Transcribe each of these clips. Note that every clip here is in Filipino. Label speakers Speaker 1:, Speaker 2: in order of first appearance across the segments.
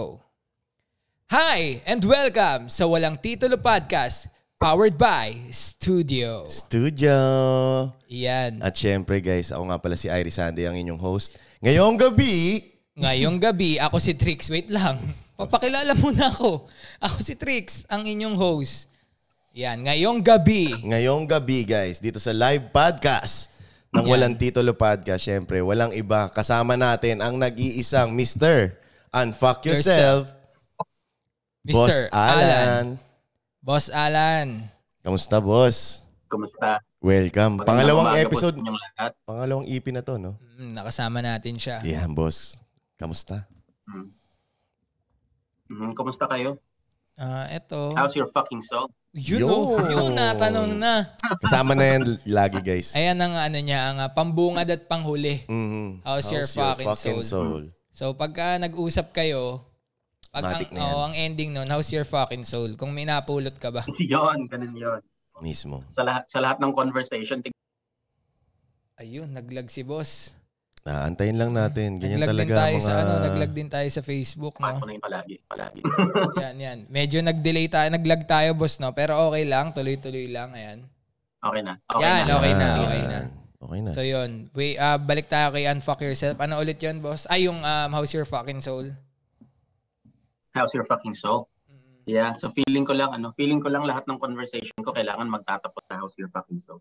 Speaker 1: Oh. Hi and welcome sa Walang Titulo Podcast powered by Studio.
Speaker 2: Studio!
Speaker 1: Yan.
Speaker 2: At syempre guys, ako nga pala si Iris Sandy, ang inyong host. Ngayong gabi,
Speaker 1: Ngayong gabi, ako si Trix. Wait lang. Papakilala muna ako. Ako si Trix, ang inyong host. Yan. Ngayong gabi.
Speaker 2: ngayong gabi guys, dito sa live podcast ng Walang Titulo Podcast, syempre walang iba. Kasama natin ang nag-iisang Mr. Unfuck Yourself, Boss
Speaker 1: Mr. Alan.
Speaker 2: Alan.
Speaker 1: Boss Alan.
Speaker 2: Kamusta boss?
Speaker 3: Kumusta?
Speaker 2: Welcome.
Speaker 3: Magandang
Speaker 2: Pangalawang
Speaker 3: umaga po
Speaker 2: episode,
Speaker 3: sa inyong lahat.
Speaker 2: pangalawang ipin na to, no?
Speaker 1: Mm, Nakasama natin siya.
Speaker 2: Yeah, boss. Kamusta?
Speaker 3: Mm. Mhm, Kumusta kayo?
Speaker 1: Ah, eto.
Speaker 3: How's your fucking soul?
Speaker 1: You know, yun
Speaker 2: Yun.
Speaker 1: natanong na.
Speaker 2: Kasama na yan lagi guys.
Speaker 1: Ayan ang ano niya, ang ah, pambungad at panghuli.
Speaker 2: Mhm.
Speaker 1: How's Oh, your fucking
Speaker 2: soul?
Speaker 1: So pagka nag-usap kayo, pag ang,
Speaker 2: Matik na yan.
Speaker 1: oo, ang ending nun, how's your fucking soul? Kung may napulot ka ba?
Speaker 3: yon, ganun yon.
Speaker 2: Mismo.
Speaker 3: Sa lahat sa lahat ng conversation, tig-
Speaker 1: Ayun, naglag si boss.
Speaker 2: Ah, antayin lang natin. Ganyan
Speaker 1: naglag
Speaker 2: talaga
Speaker 1: din tayo
Speaker 2: mga...
Speaker 1: sa ano, naglag din tayo sa Facebook,
Speaker 2: Ah.
Speaker 3: pass
Speaker 1: no?
Speaker 3: ko na yung palagi. palagi.
Speaker 1: yan, yan. Medyo nag-delay tayo, naglag tayo, boss, no? Pero okay lang, tuloy-tuloy lang, ayan.
Speaker 3: Okay na. Okay
Speaker 1: Yan,
Speaker 3: na.
Speaker 1: okay na,
Speaker 2: Yan.
Speaker 1: okay na.
Speaker 2: Okay na.
Speaker 1: So yun, we ah, balik tayo kay Unfuck Yourself. Ano ulit yun, boss? Ay, yung um, how's your fucking soul?
Speaker 3: How's your fucking soul?
Speaker 1: Mm.
Speaker 3: Yeah, so feeling ko lang ano, feeling ko lang lahat ng conversation ko kailangan magtatapos sa how's your fucking soul.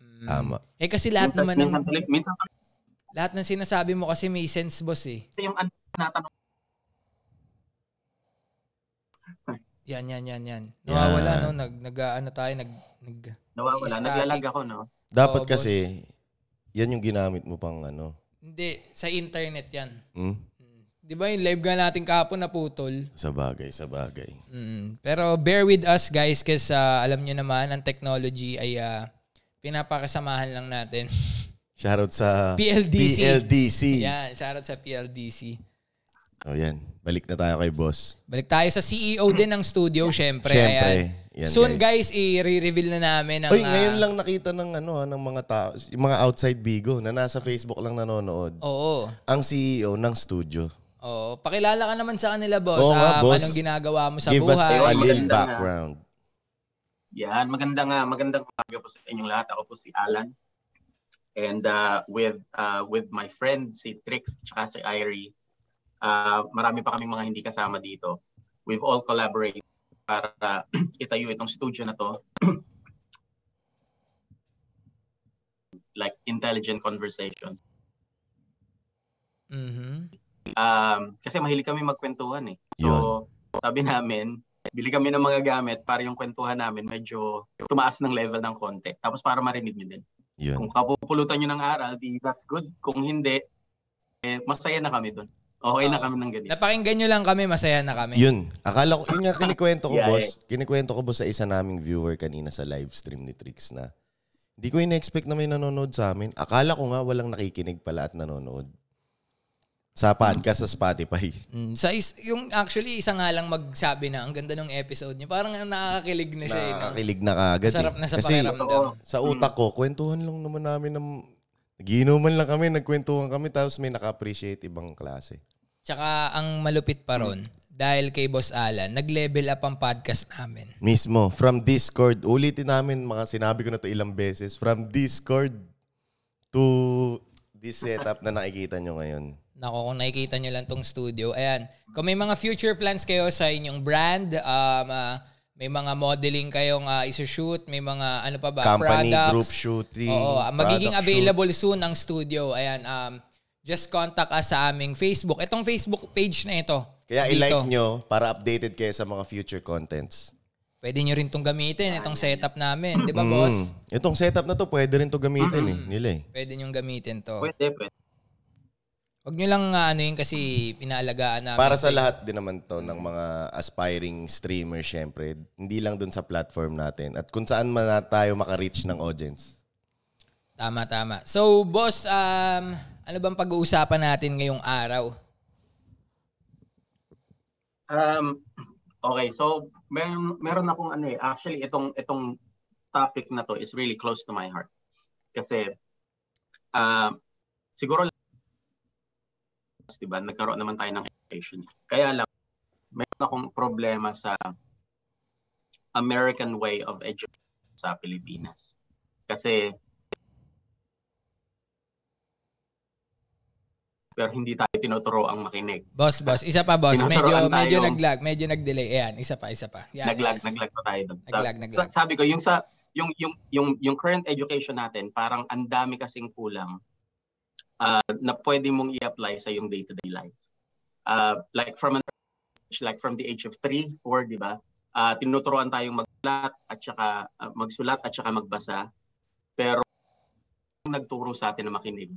Speaker 1: Mm.
Speaker 2: Tama.
Speaker 1: Eh kasi lahat
Speaker 3: minsan,
Speaker 1: naman ng
Speaker 3: minsan, tuloy- minsan tuloy
Speaker 1: lahat ng sinasabi mo kasi may sense, boss, eh.
Speaker 3: yung ano natanong
Speaker 1: Yan, yan, yan, yan.
Speaker 2: Yan.
Speaker 1: Nawawala, no? Nag, nag, ano tayo, nag, nag,
Speaker 3: nawawala,
Speaker 1: Static.
Speaker 3: naglalag ako, no?
Speaker 2: Dapat
Speaker 1: Oo,
Speaker 2: kasi, yan yung ginamit mo pang ano.
Speaker 1: hindi, sa internet yan.
Speaker 2: Hmm?
Speaker 1: Mm. Di ba yung live nga natin kahapon naputol?
Speaker 2: Sa bagay, sa bagay.
Speaker 1: Mm. Pero bear with us guys kasi ah, alam nyo naman, ang technology ay ah, pinapakasamahan lang natin.
Speaker 2: Shoutout sa
Speaker 1: PLDC.
Speaker 2: PLDC.
Speaker 1: yan, shoutout sa PLDC.
Speaker 2: O Oh, yan, balik na tayo kay boss.
Speaker 1: Balik tayo sa CEO din ng studio, syempre.
Speaker 2: Syempre,
Speaker 1: ayan.
Speaker 2: yan,
Speaker 1: Soon guys, i-reveal na namin ang...
Speaker 2: Oy,
Speaker 1: ah,
Speaker 2: ngayon lang nakita ng ano ha, ng mga tao, yung mga outside Bigo na nasa Facebook lang nanonood.
Speaker 1: Oo.
Speaker 2: Ang CEO ng studio.
Speaker 1: Oo. Pakilala ka naman sa kanila, boss.
Speaker 2: Oo nga,
Speaker 1: Ah,
Speaker 2: boss.
Speaker 1: Anong ginagawa mo sa
Speaker 2: Give us
Speaker 1: buhay?
Speaker 2: a little
Speaker 3: Maganda na.
Speaker 2: background.
Speaker 3: Yan, maganda nga, magandang umaga po sa inyong lahat. Ako po si Alan. And uh, with uh, with my friend si Trix at si Irie, uh, marami pa kaming mga hindi kasama dito. We've all collaborated para itayo itong studio na to. like intelligent conversations.
Speaker 1: Mhm.
Speaker 3: Um, kasi mahilig kami magkwentuhan eh. So, sabi namin, bili kami ng mga gamit para yung kwentuhan namin medyo tumaas ng level ng konti. Tapos para marinig nyo din.
Speaker 2: Yun.
Speaker 3: Kung kapupulutan nyo ng aral, di that's good. Kung hindi, eh, masaya na kami dun. Okay na
Speaker 1: Oo.
Speaker 3: kami ng ganito.
Speaker 1: Napakinggan nyo lang kami, masaya na kami.
Speaker 2: Yun. Akala ko, yun nga kinikwento ko,
Speaker 3: Yeah,
Speaker 1: eh.
Speaker 2: boss. Kinikwento ko, boss, sa isa naming viewer kanina sa live stream ni Trix na hindi ko in-expect na may nanonood sa amin. Akala ko nga walang nakikinig pala at nanonood. Sa podcast sa Spotify.
Speaker 1: Mm, sa is, yung actually isa nga lang magsabi na ang ganda ng episode niyo. Parang nakakakilig na siya. eh, no?
Speaker 2: Nakakilig na kaagad. eh.
Speaker 1: Sarap na sa
Speaker 2: Kasi
Speaker 1: pakiramdam.
Speaker 2: sa utak ko, kwentuhan lang naman namin ng... Ginuman lang kami, nagkwentuhan kami, tapos may naka-appreciate ibang klase.
Speaker 1: Tsaka ang malupit
Speaker 2: Mm.
Speaker 1: pa ron, dahil kay Boss Alan, nag-level up ang podcast namin.
Speaker 2: Mismo, from Discord. Ulitin namin mga sinabi ko na to ilang beses. From Discord to this setup na nakikita nyo ngayon.
Speaker 1: Nako, kung nakikita nyo lang tong studio. Ayan, kung may mga future plans kayo sa inyong brand, um, ah, may mga modeling kayong uh, isushoot, may mga ano pa ba,
Speaker 2: Company,
Speaker 1: products.
Speaker 2: group shooting,
Speaker 1: Oo, ah, magiging
Speaker 2: product
Speaker 1: available soon ang studio. Ayan, um, just contact us sa aming Facebook. Itong Facebook page na ito.
Speaker 2: Kaya
Speaker 1: dito.
Speaker 2: i-like nyo para updated kayo sa mga future contents.
Speaker 1: pwede nyo rin itong gamitin, itong setup namin. Di ba, Diba, boss? Mm.
Speaker 2: Mm. Itong setup na to, pwede rin to gamitin eh, nila eh.
Speaker 1: Pwede nyo gamitin to.
Speaker 3: Pwede, pwede.
Speaker 1: Huwag nyo lang ah, ano yun kasi pinaalagaan namin.
Speaker 2: Para sa lahat din naman to ng mga aspiring streamers syempre. Hindi lang dun sa platform natin. At kung saan man na tayo makareach ng audience.
Speaker 1: Tama, tama. So, boss, um, ano bang pag-uusapan natin ngayong araw?
Speaker 3: Um, okay, so meron, meron akong ano eh. Actually, itong, itong topic na to is really close to my heart. Kasi, ah, diba, siguro, di ba, nagkaroon naman tayo ng education. Kaya lang, meron akong problema sa American way of education sa Pilipinas. Kasi pero hindi tayo tinuturo ang makinig.
Speaker 1: Boss, boss. Isa pa, boss. Medyo,
Speaker 3: Tinuturoan
Speaker 1: medyo
Speaker 3: tayo.
Speaker 1: naglag. Medyo nagdelay. Ayan, isa pa, isa pa. Yan.
Speaker 3: Naglag, naglag pa tayo doon.
Speaker 1: Naglag,
Speaker 3: Sa-
Speaker 1: naglag.
Speaker 3: sa- Sabi ko, yung sa yung yung yung yung current education natin, parang ang dami kasing kulang ah, na pwede mong i-apply sa yung day-to-day life. Ah, like from an like from the age of 3, 4, di ba? Ah, tinuturuan tayong magsulat at saka ah, magsulat at saka magbasa. Pero ang nagturo sa atin na makinig.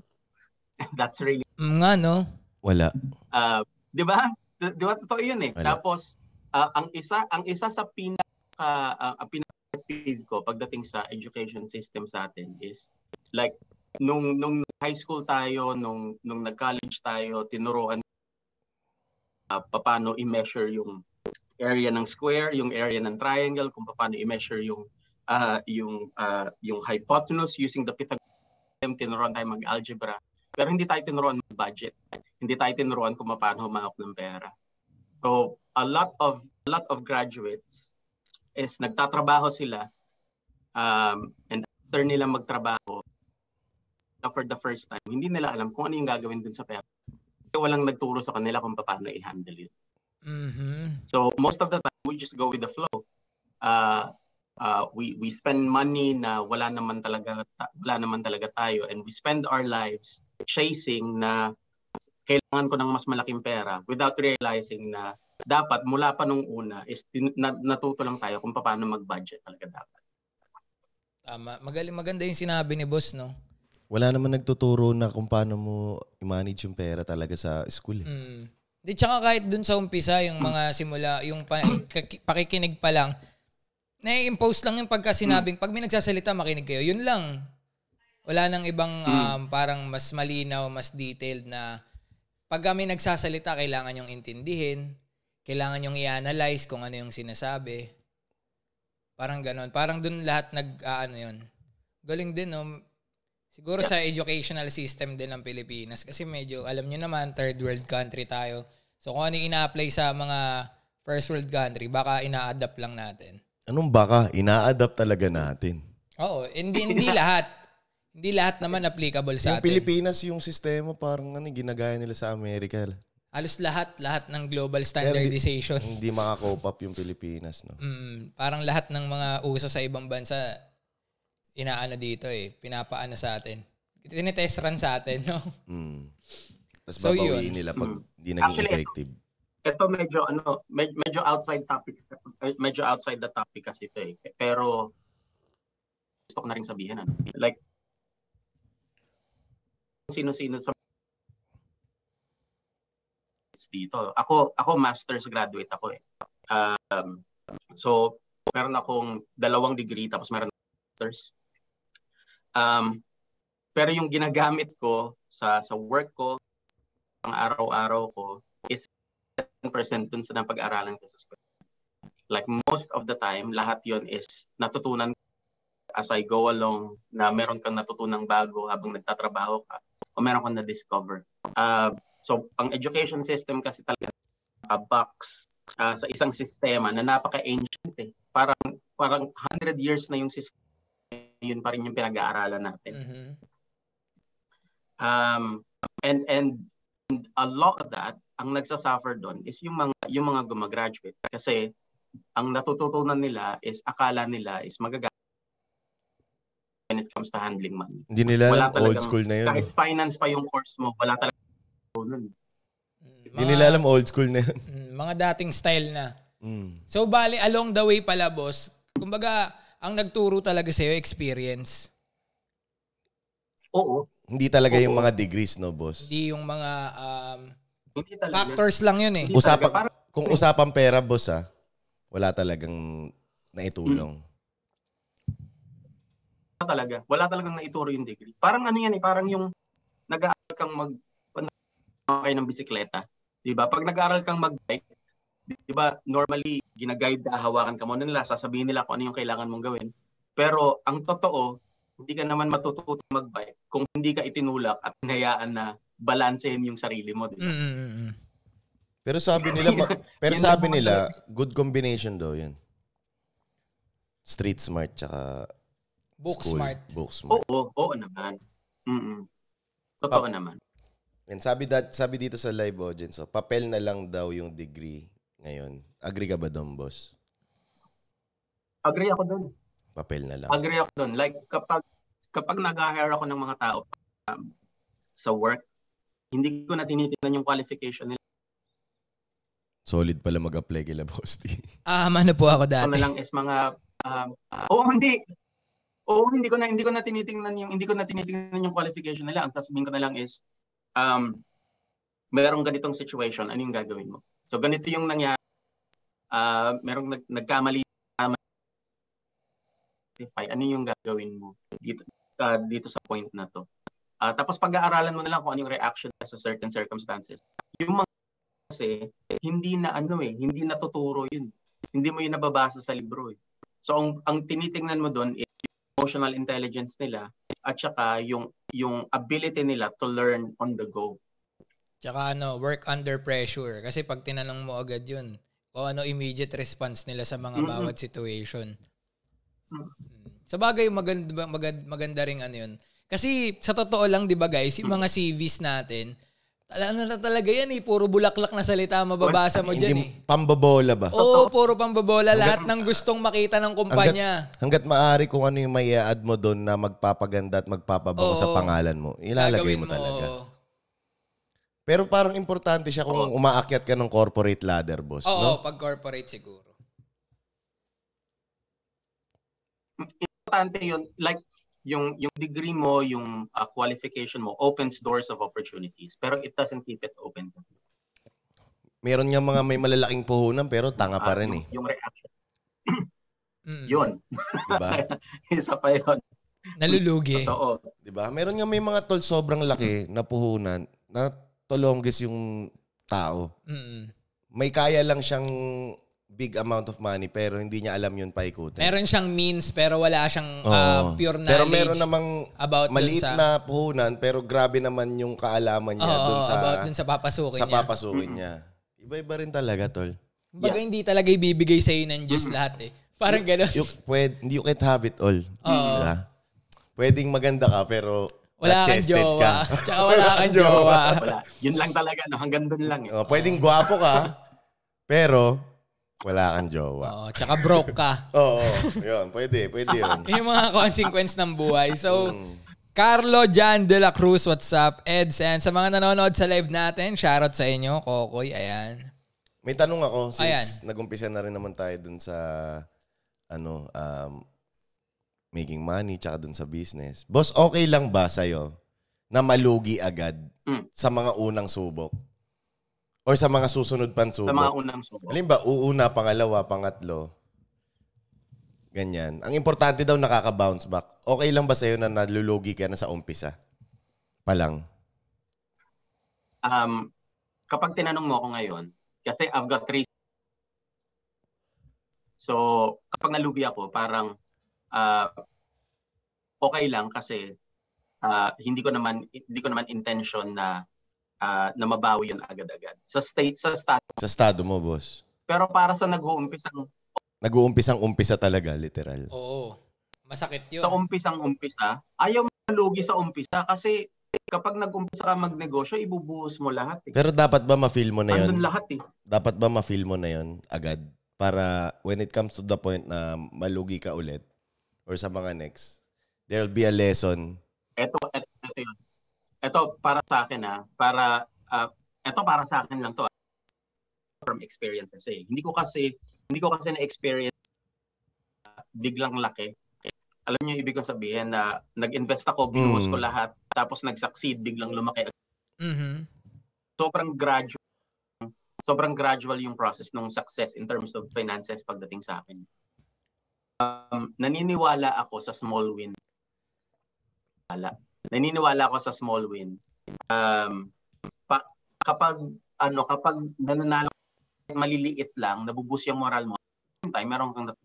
Speaker 3: That's really
Speaker 1: Mm, nga, no?
Speaker 2: Wala.
Speaker 3: Ah, 'di ba? 'Di ba totoo 'yun eh.
Speaker 2: Wala.
Speaker 3: Tapos ah, ang isa ang isa sa pinaka ah, ang pinaka feel ko pagdating sa education system sa atin is like nung nung high school tayo, nung nung nag-college tayo, tinuruan ah, paano i-measure yung area ng square, yung area ng triangle, kung paano i-measure yung ah, yung ah, yung hypotenuse using the Pythagorean theorem, tinuruan tayo mag-algebra. Pero hindi tayo tinuruan mag-budget hindi tayo tinuruan kung paano humahawak ng pera. So, a lot of a lot of graduates is nagtatrabaho sila um, and after nila magtrabaho for the first time, hindi nila alam kung ano yung gagawin dun sa pera. Kasi walang nagturo sa kanila kung paano i-handle yun.
Speaker 1: Mhm.
Speaker 3: So, most of the time, we just go with the flow. Uh, uh, we we spend money na wala naman talaga ta- wala naman talaga tayo and we spend our lives chasing na kailangan ko ng mas malaking pera without realizing na dapat mula pa nung una is tin- na- natuto lang tayo kung paano mag-budget talaga dapat.
Speaker 1: Tama. Magaling, maganda yung sinabi ni boss, no?
Speaker 2: Wala naman nagtuturo na kung paano mo i-manage yung pera talaga sa school. Eh.
Speaker 1: Mm. Di tsaka kahit dun sa umpisa, yung mga simula, yung pa, kaki- pakikinig pa lang, na-impose lang yung pagka sinabing, pag may nagsasalita, makinig kayo. Yun lang. Wala nang ibang um, parang mas malinaw, mas detailed na pag kami nagsasalita, kailangan yung intindihin, kailangan yung i-analyze kung ano yung sinasabi. Parang ganon. Parang dun lahat nag, ah, ano yun. Galing din, no? Siguro sa educational system din ng Pilipinas kasi medyo alam nyo naman third world country tayo. So kung ano yung ina-apply sa mga first world country, baka ina-adapt lang natin.
Speaker 2: Anong baka? Ina-adapt talaga natin.
Speaker 1: Oo, hindi hindi lahat. Hindi lahat naman applicable sa
Speaker 2: Yung
Speaker 1: atin.
Speaker 2: Pilipinas, yung sistema parang ano, ginagaya nila sa Amerika.
Speaker 1: Halos lahat lahat ng global standardization.
Speaker 2: Hindi makakope up yung Pilipinas. No?
Speaker 1: Mm, parang lahat ng mga uso sa ibang bansa inaano dito eh, pinapaano sa atin. Tinetest run sa atin, no?
Speaker 2: Mm. Tapos
Speaker 1: So,
Speaker 2: babawiin
Speaker 1: yun.
Speaker 2: nila pag
Speaker 3: Mm.
Speaker 2: hindi naging
Speaker 3: Actually,
Speaker 2: effective.
Speaker 3: Ito medyo ano, med- medyo outside topic, eh, medyo outside the topic kasi ito eh. Pero gusto ko na rin sabihin ano. Like sino-sino sa dito. Ako ako master's graduate ako eh. Um, so meron akong dalawang degree tapos meron akong master's. Um, pero yung ginagamit ko sa sa work ko, pang araw-araw ko is 10% dun sa napag-aralan ko sa school. Like most of the time, lahat yon is natutunan as I go along na meron kang natutunang bago habang nagtatrabaho ka o meron kang na-discover. Uh, so, ang education system kasi talaga a box uh, sa isang sistema na napaka-ancient eh. Parang, parang 100 years na yung system yun pa rin yung pinag-aaralan natin.
Speaker 1: Mhm.
Speaker 3: Um, and, and and a lot of that ang nagsasuffer doon is yung mga yung mga gumagraduate kasi ang natututunan nila is akala nila is magagamit when it comes to handling money.
Speaker 2: Hindi nila
Speaker 3: Wala
Speaker 2: alam old
Speaker 3: talagang-
Speaker 2: school na yun.
Speaker 3: Kahit
Speaker 2: eh.
Speaker 3: finance pa yung course mo, wala talaga natutunan.
Speaker 1: Mm,
Speaker 2: Hindi
Speaker 1: mga-
Speaker 2: nila alam old school na yun.
Speaker 1: Mm, mga dating style na.
Speaker 2: Mm.
Speaker 1: So bali along the way pala boss, kumbaga ang nagturo talaga sa experience,
Speaker 3: Oo,
Speaker 2: Hindi talaga yung
Speaker 3: Oo.
Speaker 2: mga degrees, no, boss?
Speaker 1: hindi yung mga um,
Speaker 3: hindi talaga.
Speaker 1: factors lang yun eh.
Speaker 3: Hindi
Speaker 2: Usapan,
Speaker 3: talaga. Parang-
Speaker 2: kung usapan pera, boss, ah, wala talagang naitulong.
Speaker 3: Wala talaga. Wala talagang naituro yung degree. Parang ano yan eh, parang yung nag-aaral kang mag okay ng bisikleta. 'Di ba? Pag nag-aaral kang mag-bike, 'di ba, normally ginaguide na hawakan ka muna nila, sasabihin nila kung ano yung kailangan mong gawin. Pero ang totoo, hindi ka naman matututo mag-bike kung hindi ka itinulak at hinayaan na balansehin yung sarili mo, 'di ba?
Speaker 1: Mm, mm, mm, mm.
Speaker 2: Pero sabi nila, ma- pero
Speaker 3: Yun
Speaker 2: sabi
Speaker 3: lang
Speaker 2: nila, good combination daw yun. Street smart tsaka
Speaker 1: Book
Speaker 2: school,
Speaker 1: smart.
Speaker 2: Book smart.
Speaker 3: Oo, oo naman. Mm-mm. Totoo naman.
Speaker 1: Oh.
Speaker 2: And sabi, dat, sabi dito sa live audience, so, papel na lang daw yung degree ngayon. Agree ka ba doon, boss?
Speaker 3: Agree ako doon.
Speaker 2: Papel na lang.
Speaker 3: Agree ako doon. Like kapag kapag nag-hire ako ng mga tao um, sa work, hindi ko na tinitingnan yung qualification nila.
Speaker 2: Solid pala mag-apply kila, boss. T.
Speaker 1: Ah, ano po ako
Speaker 3: Ano
Speaker 1: dati.
Speaker 3: lang is mga um, uh, oo, hindi. Oo, hindi ko na hindi ko na tinitingnan yung hindi ko na tinitingnan yung qualification nila. Ang sasabihin ko na lang is um merong ganitong situation, ano yung gagawin mo? So ganito yung nangyari. Ah, merong nag, nagkamali identify ano yung gagawin mo dito ah, dito sa point na to. Ah, tapos pag-aaralan mo na lang kung ano yung reaction sa certain circumstances. Yung mga kasi hindi na ano eh, hindi natuturo yun. Hindi mo yun nababasa sa libro eh. So ang ang tinitingnan mo doon is yung emotional intelligence nila at saka yung yung ability nila to learn on the go.
Speaker 1: Tsaka ano, work under pressure. Kasi pag tinanong mo agad yun, kung ano immediate response nila sa mga
Speaker 3: Mm-mm.
Speaker 1: bawat situation.
Speaker 3: Mm.
Speaker 1: Sa bagay, maganda, maganda, maganda rin ano yun. Kasi sa totoo lang, di ba guys, yung mga CVs natin, ala- ano na talaga yan eh, puro bulaklak na salita ang mababasa mo dyan eh.
Speaker 2: Hindi, pambabola ba?
Speaker 1: Oo, puro pambabola lahat ng gustong makita ng kumpanya.
Speaker 2: Hanggat maari kung ano yung may add mo doon na magpapaganda at magpapabago
Speaker 1: Oo.
Speaker 2: sa pangalan mo,
Speaker 1: Oh.
Speaker 2: ilalagay
Speaker 1: Gagawin
Speaker 2: mo talaga.
Speaker 1: oo.
Speaker 2: Pero parang importante siya kung umaakyat ka ng corporate ladder, boss.
Speaker 1: Oh. Oo,
Speaker 2: no?
Speaker 1: pag corporate siguro.
Speaker 3: importante yun like yung yung degree mo yung uh, qualification mo opens doors of opportunities pero it doesn't keep it open
Speaker 2: Meron nga mga may malalaking puhunan pero tanga pa
Speaker 3: Ah,
Speaker 2: rin eh.
Speaker 3: yung, yung reaction
Speaker 1: Mm.
Speaker 3: yun
Speaker 2: Diba?
Speaker 1: Ah.
Speaker 3: isa pa yun
Speaker 1: Nalulugi.
Speaker 3: totoo
Speaker 2: Diba? Meron nga may mga tol sobrang laki na puhunan na tolonggis yung tao.
Speaker 1: Mm.
Speaker 2: May kaya lang siyang big amount of money pero hindi niya alam yun paikutin.
Speaker 1: Meron siyang means pero wala siyang
Speaker 2: Oo.
Speaker 1: ah, pure knowledge
Speaker 2: Pero meron namang
Speaker 1: about
Speaker 2: maliit
Speaker 1: dun sa,
Speaker 2: na puhunan pero grabe naman yung kaalaman niya
Speaker 1: Oo,
Speaker 2: dun sa,
Speaker 1: about dun sa papasukin
Speaker 2: sa
Speaker 1: niya.
Speaker 2: papasukin niya. Iba-iba rin talaga, tol.
Speaker 1: Kumbaga, hindi talaga ibibigay sa'yo ng Diyos
Speaker 2: Mm.
Speaker 1: lahat eh. Parang gano'n.
Speaker 2: You, pwede, you can't have it all.
Speaker 1: Oo.
Speaker 2: Diba? Pwedeng maganda ka pero
Speaker 1: Wala kang
Speaker 2: not-chested
Speaker 1: jowa. Tsaka wala kang jowa.
Speaker 3: wala yun lang talaga no? hanggang doon lang eh.
Speaker 2: Oh, pwedeng gwapo ka, pero wala kang jowa.
Speaker 1: Oo, tsaka broke ka.
Speaker 2: Oo, oh, yun. Pwede, pwede yun.
Speaker 1: Yung mga consequence ng buhay. So,
Speaker 2: Mm.
Speaker 1: Carlo Jan de la Cruz, what's up? Eds, and sa mga nanonood sa live natin, shoutout sa inyo, Kokoy, ayan.
Speaker 2: May tanong ako since
Speaker 1: Ayan.
Speaker 2: nag-umpisa na rin naman tayo dun sa ano, um, making money tsaka dun sa business. Boss, okay lang ba sa'yo na malugi agad
Speaker 3: Mm.
Speaker 2: sa mga unang subok? Or sa mga susunod pang subok?
Speaker 3: sa mga unang subo
Speaker 2: Halimbawa, uuna, pangalawa, pangatlo. Ganyan. Ang importante daw nakaka-bounce back. Okay lang ba sa'yo na nalulugi ka na sa umpisa? Palang.
Speaker 3: um kapag tinanong mo ako ngayon kasi I've got three so kapag nalugi ako parang ah, okay lang kasi ah, hindi ko naman hindi ko naman intention na ah, na mabawi yun agad-agad sa state sa stat
Speaker 2: Sa estado mo, boss.
Speaker 3: pero para sa nag-uumpisang
Speaker 2: Nag-uumpisang umpisa talaga, literal.
Speaker 1: Oo. Masakit yun.
Speaker 3: sa umpisang umpisa ayaw mo malugi sa umpisa kasi kapag nag-umpisa ka magnegosyo ibubuhos mo lahat eh.
Speaker 2: Pero dapat ba ma-feel mo na yun?
Speaker 3: Andun lahat eh.
Speaker 2: Dapat ba ma-feel mo na yun agad? Para when it comes to the point na malugi ka ulit or sa mga next, there'll be a lesson.
Speaker 3: Eto, eto, eto yun. Eto para sa akin ah, para ah, eto para sa akin lang to ah. from experience kasi. Hindi ko kasi hindi ko kasi na-experience ah, biglang laki. Alam niyo yung ibig kong sabihin na nag-invest ako, binuhos
Speaker 2: Mm.
Speaker 3: ko lahat, tapos nag-succeed, biglang lumaki.
Speaker 1: Mhm.
Speaker 3: Sobrang gradual sobrang gradual yung process ng success in terms of finances pagdating sa akin. Um, naniniwala ako sa small win. Wala. Naniniwala ako sa small win. Um, pa- kapag ano kapag nananalo ka, maliliit lang, nabubus yung moral mo. Same Time, meron kang nat-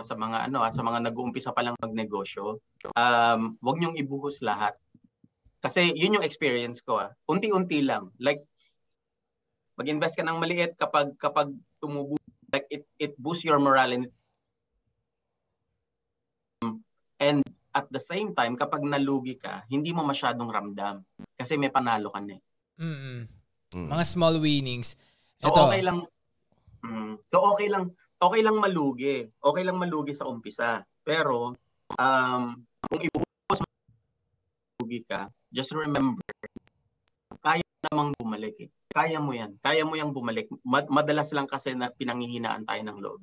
Speaker 3: sa mga ano ah, sa mga nag-uumpisa pa lang magnegosyo, um, wag niyong ibuhos lahat. Kasi yun yung experience ko. Ah. Unti-unti lang. Like, mag-invest ka ng maliit kapag kapag tumubo, like it it boosts your morale and and at the same time kapag nalugi ka, hindi mo masyadong ramdam kasi may panalo ka na. eh.
Speaker 1: Mm-mm.
Speaker 2: Mm.
Speaker 1: Mga small winnings.
Speaker 3: So
Speaker 1: Ito.
Speaker 3: okay lang. Mm, so okay lang, okay lang malugi. Okay lang malugi sa umpisa. Pero um kung ibubukas mo malugi ka, just remember kaya namang bumalik. eh. Kaya mo 'yan. Kaya mo 'yang bumalik. Mad- madalas lang kasi na pinanghihinaan tayo ng loob.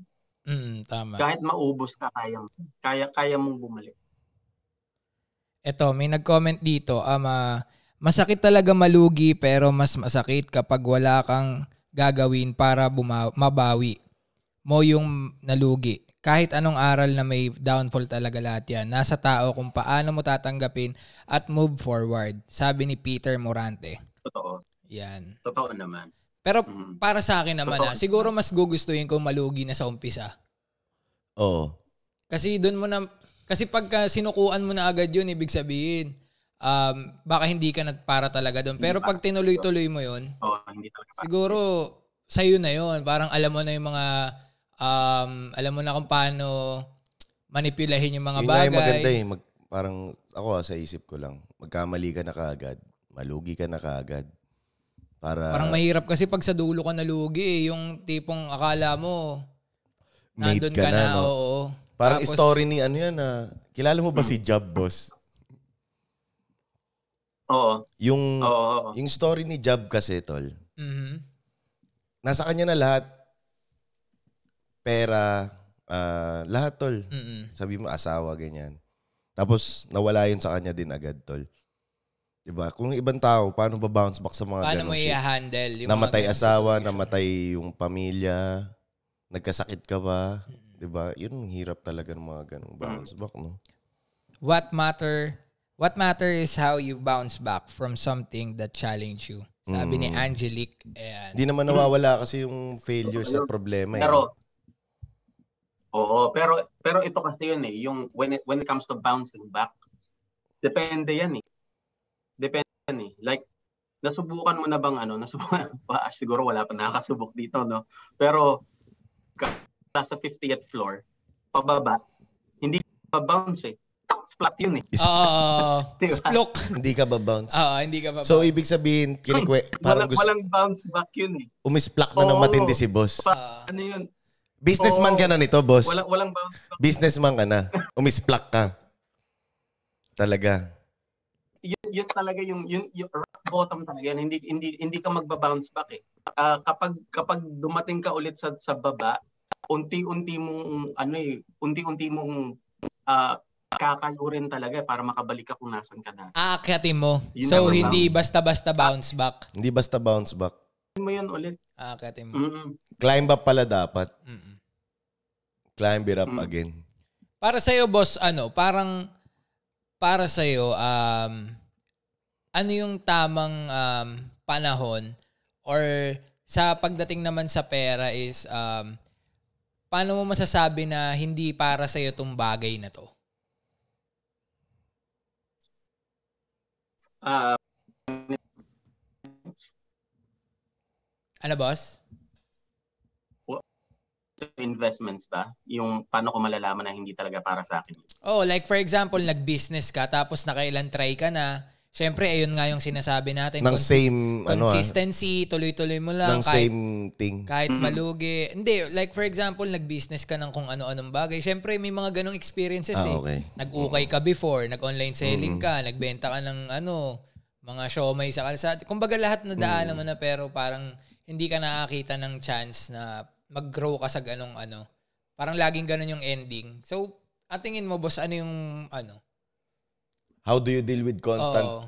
Speaker 1: Mm, tama.
Speaker 3: Kahit maubos ka, kaya mo. Kaya kaya mong bumalik.
Speaker 1: Ito, may nag-comment dito, ama, masakit talaga malugi pero mas masakit kapag wala kang gagawin para buma- mabawi mo yung nalugi. Kahit anong aral na may downfall talaga lahat yan. Nasa tao kung paano mo tatanggapin at move forward. Sabi ni Peter Morante.
Speaker 3: Totoo.
Speaker 1: Yan.
Speaker 3: Totoo naman.
Speaker 1: Pero
Speaker 3: Mm.
Speaker 1: para sa akin naman,
Speaker 3: Totoo.
Speaker 1: ah, siguro mas gugustuhin ko malugi na sa umpisa.
Speaker 2: Oo.
Speaker 1: Kasi doon mo na kasi pagka sinukuan mo na agad 'yun, ibig sabihin um baka hindi ka na para talaga doon. Pero pag tinuloy-tuloy mo 'yun,
Speaker 3: Oo, hindi talaga. pa-
Speaker 1: siguro sa'yo na 'yun. Parang alam mo na 'yung mga um alam mo na kung paano manipulahin 'yung mga
Speaker 2: Yun nga
Speaker 1: bagay.
Speaker 2: yung maganda eh. Mag, parang ako ah, sa isip ko lang, magkamali ka na kaagad, malugi ka na kaagad. Para
Speaker 1: Parang mahirap kasi pag sa dulo ka nalugi, eh, 'yung tipong akala mo
Speaker 2: made
Speaker 1: nandun
Speaker 2: ka, na, no?
Speaker 1: oo.
Speaker 2: Parang
Speaker 1: Tapos-
Speaker 2: story ni ano yan na, kilala mo ba si Job Boss?
Speaker 3: Oo.
Speaker 2: Yung,
Speaker 3: Oo. oo.
Speaker 2: yung story ni Job kasi, tol,
Speaker 1: Mhm.
Speaker 2: nasa kanya na lahat. Pera, ah, lahat, tol.
Speaker 1: Mm-mm.
Speaker 2: Sabi mo, asawa, ganyan. Tapos, nawala yun sa kanya din agad, tol. Diba? Kung yung ibang tao, paano ba bounce back sa mga
Speaker 1: Paano mo
Speaker 2: ganong shit?
Speaker 1: i-handle yung mga
Speaker 2: namatay
Speaker 1: ganong
Speaker 2: asawa,
Speaker 1: situation?
Speaker 2: namatay yung pamilya, nagkasakit ka ba? 'Di ba? Yun ang hirap talaga ng mga ganung bounce back,
Speaker 1: Mm.
Speaker 2: no?
Speaker 1: what matter what matter is how you bounce back from something that challenge you. Sabi ni Angelique. Ayan.
Speaker 2: Hindi naman nawawala kasi yung failures at problema. Eh.
Speaker 3: Pero Oo, pero pero ito kasi yun eh, yung when it, when it comes to bouncing back, depende yan eh. Depende yan eh. Like nasubukan mo na bang ano, nasubukan ba siguro wala pa nakakasubok dito, no? Pero ka- nasa 50th floor, pababa, hindi pa bounce eh. Splat yun eh.
Speaker 1: Oo. Oh,
Speaker 3: Diba?
Speaker 1: Splok.
Speaker 2: Hindi ka ba bounce?
Speaker 1: Oo, hindi ka pa.
Speaker 2: so ibig sabihin, kinikwe, parang
Speaker 3: Walang,
Speaker 2: gusto
Speaker 3: walang bounce back yun eh.
Speaker 2: umisplak na ng
Speaker 3: Oo.
Speaker 2: matindi si boss.
Speaker 1: Oo.
Speaker 3: Ano yun?
Speaker 2: Businessman ka na nito, boss.
Speaker 3: Walang walang bounce back.
Speaker 2: Businessman ka na. Umisplak ka. Talaga.
Speaker 3: yun, yun talaga yung yun, yung rock bottom talaga yan. Hindi hindi hindi ka magba-bounce back eh. Ah, kapag kapag dumating ka ulit sa sa baba, unti-unti mong ano eh, unti-unti mong ah kakayo rin talaga para makabalik ka kung nasan ka na.
Speaker 1: Aakyatin mo.
Speaker 3: Yun
Speaker 1: so
Speaker 3: naman,
Speaker 1: hindi
Speaker 3: bounce.
Speaker 1: basta-basta bounce back.
Speaker 2: Hindi basta bounce back.
Speaker 3: Yun mo yun ulit.
Speaker 1: Aakyatin mo.
Speaker 3: Mm-mm.
Speaker 2: Climb up pala dapat.
Speaker 1: Mm-mm.
Speaker 2: Climb it up
Speaker 3: Mm.
Speaker 2: again.
Speaker 1: Para sa boss, ano, parang para sa um ano yung tamang um, panahon or sa pagdating naman sa pera is um paano mo masasabi na hindi para sa iyo tong bagay na to?
Speaker 3: Ah,
Speaker 1: Ano boss?
Speaker 3: investments ba? Yung paano ko malalaman na hindi talaga para sa akin.
Speaker 1: Oh, like for example, nag-business ka tapos nakailan try ka na. Syempre, ayun nga yung sinasabi natin.
Speaker 2: Ng
Speaker 1: Cons-
Speaker 2: same, ano ah,
Speaker 1: consistency, tuloy-tuloy mo lang.
Speaker 2: ng
Speaker 1: kahit
Speaker 2: same thing.
Speaker 1: Kahit
Speaker 3: Mhm.
Speaker 1: malugi. Hindi, like for example, nag-business ka ng kung ano-anong bagay. Siyempre, may mga ganong experiences
Speaker 2: Ah,
Speaker 1: eh.
Speaker 2: okay.
Speaker 1: Nag-ukay ka before, nag-online selling ka, nagbenta ka ng ano, mga siomay sa kalsada. Kumbaga lahat na daanan mo na pero parang hindi ka nakakita ng chance na mag-grow ka sa ganong ano. Parang laging ganon yung ending. So, at tingin mo, boss, ano yung ano?
Speaker 2: How do you deal with constant
Speaker 1: Oo.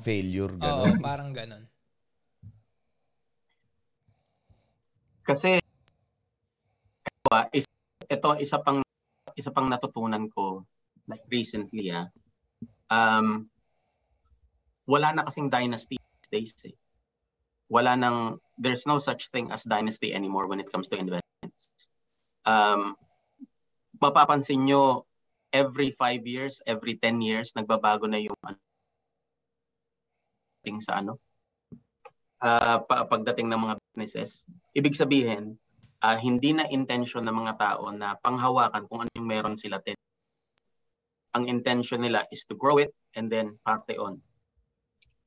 Speaker 1: Oo,
Speaker 2: failure? Ganon.
Speaker 1: parang ganon.
Speaker 3: Kasi ah, is ito isa pang isa pang natutunan ko like recently ah. Um wala na kasing dynasty these days. Eh. Wala nang there's no such thing as dynasty anymore when it comes to investments. Um mapapansin nyo every five years, every 10 years nagbabago na yung ano, pagdating sa ano, ah, pa- pagdating ng mga businesses. Ibig sabihin, ah, hindi na intention ng mga tao na panghawakan kung ano yung meron sila tin. Ang intention nila is to grow it and then pass it on.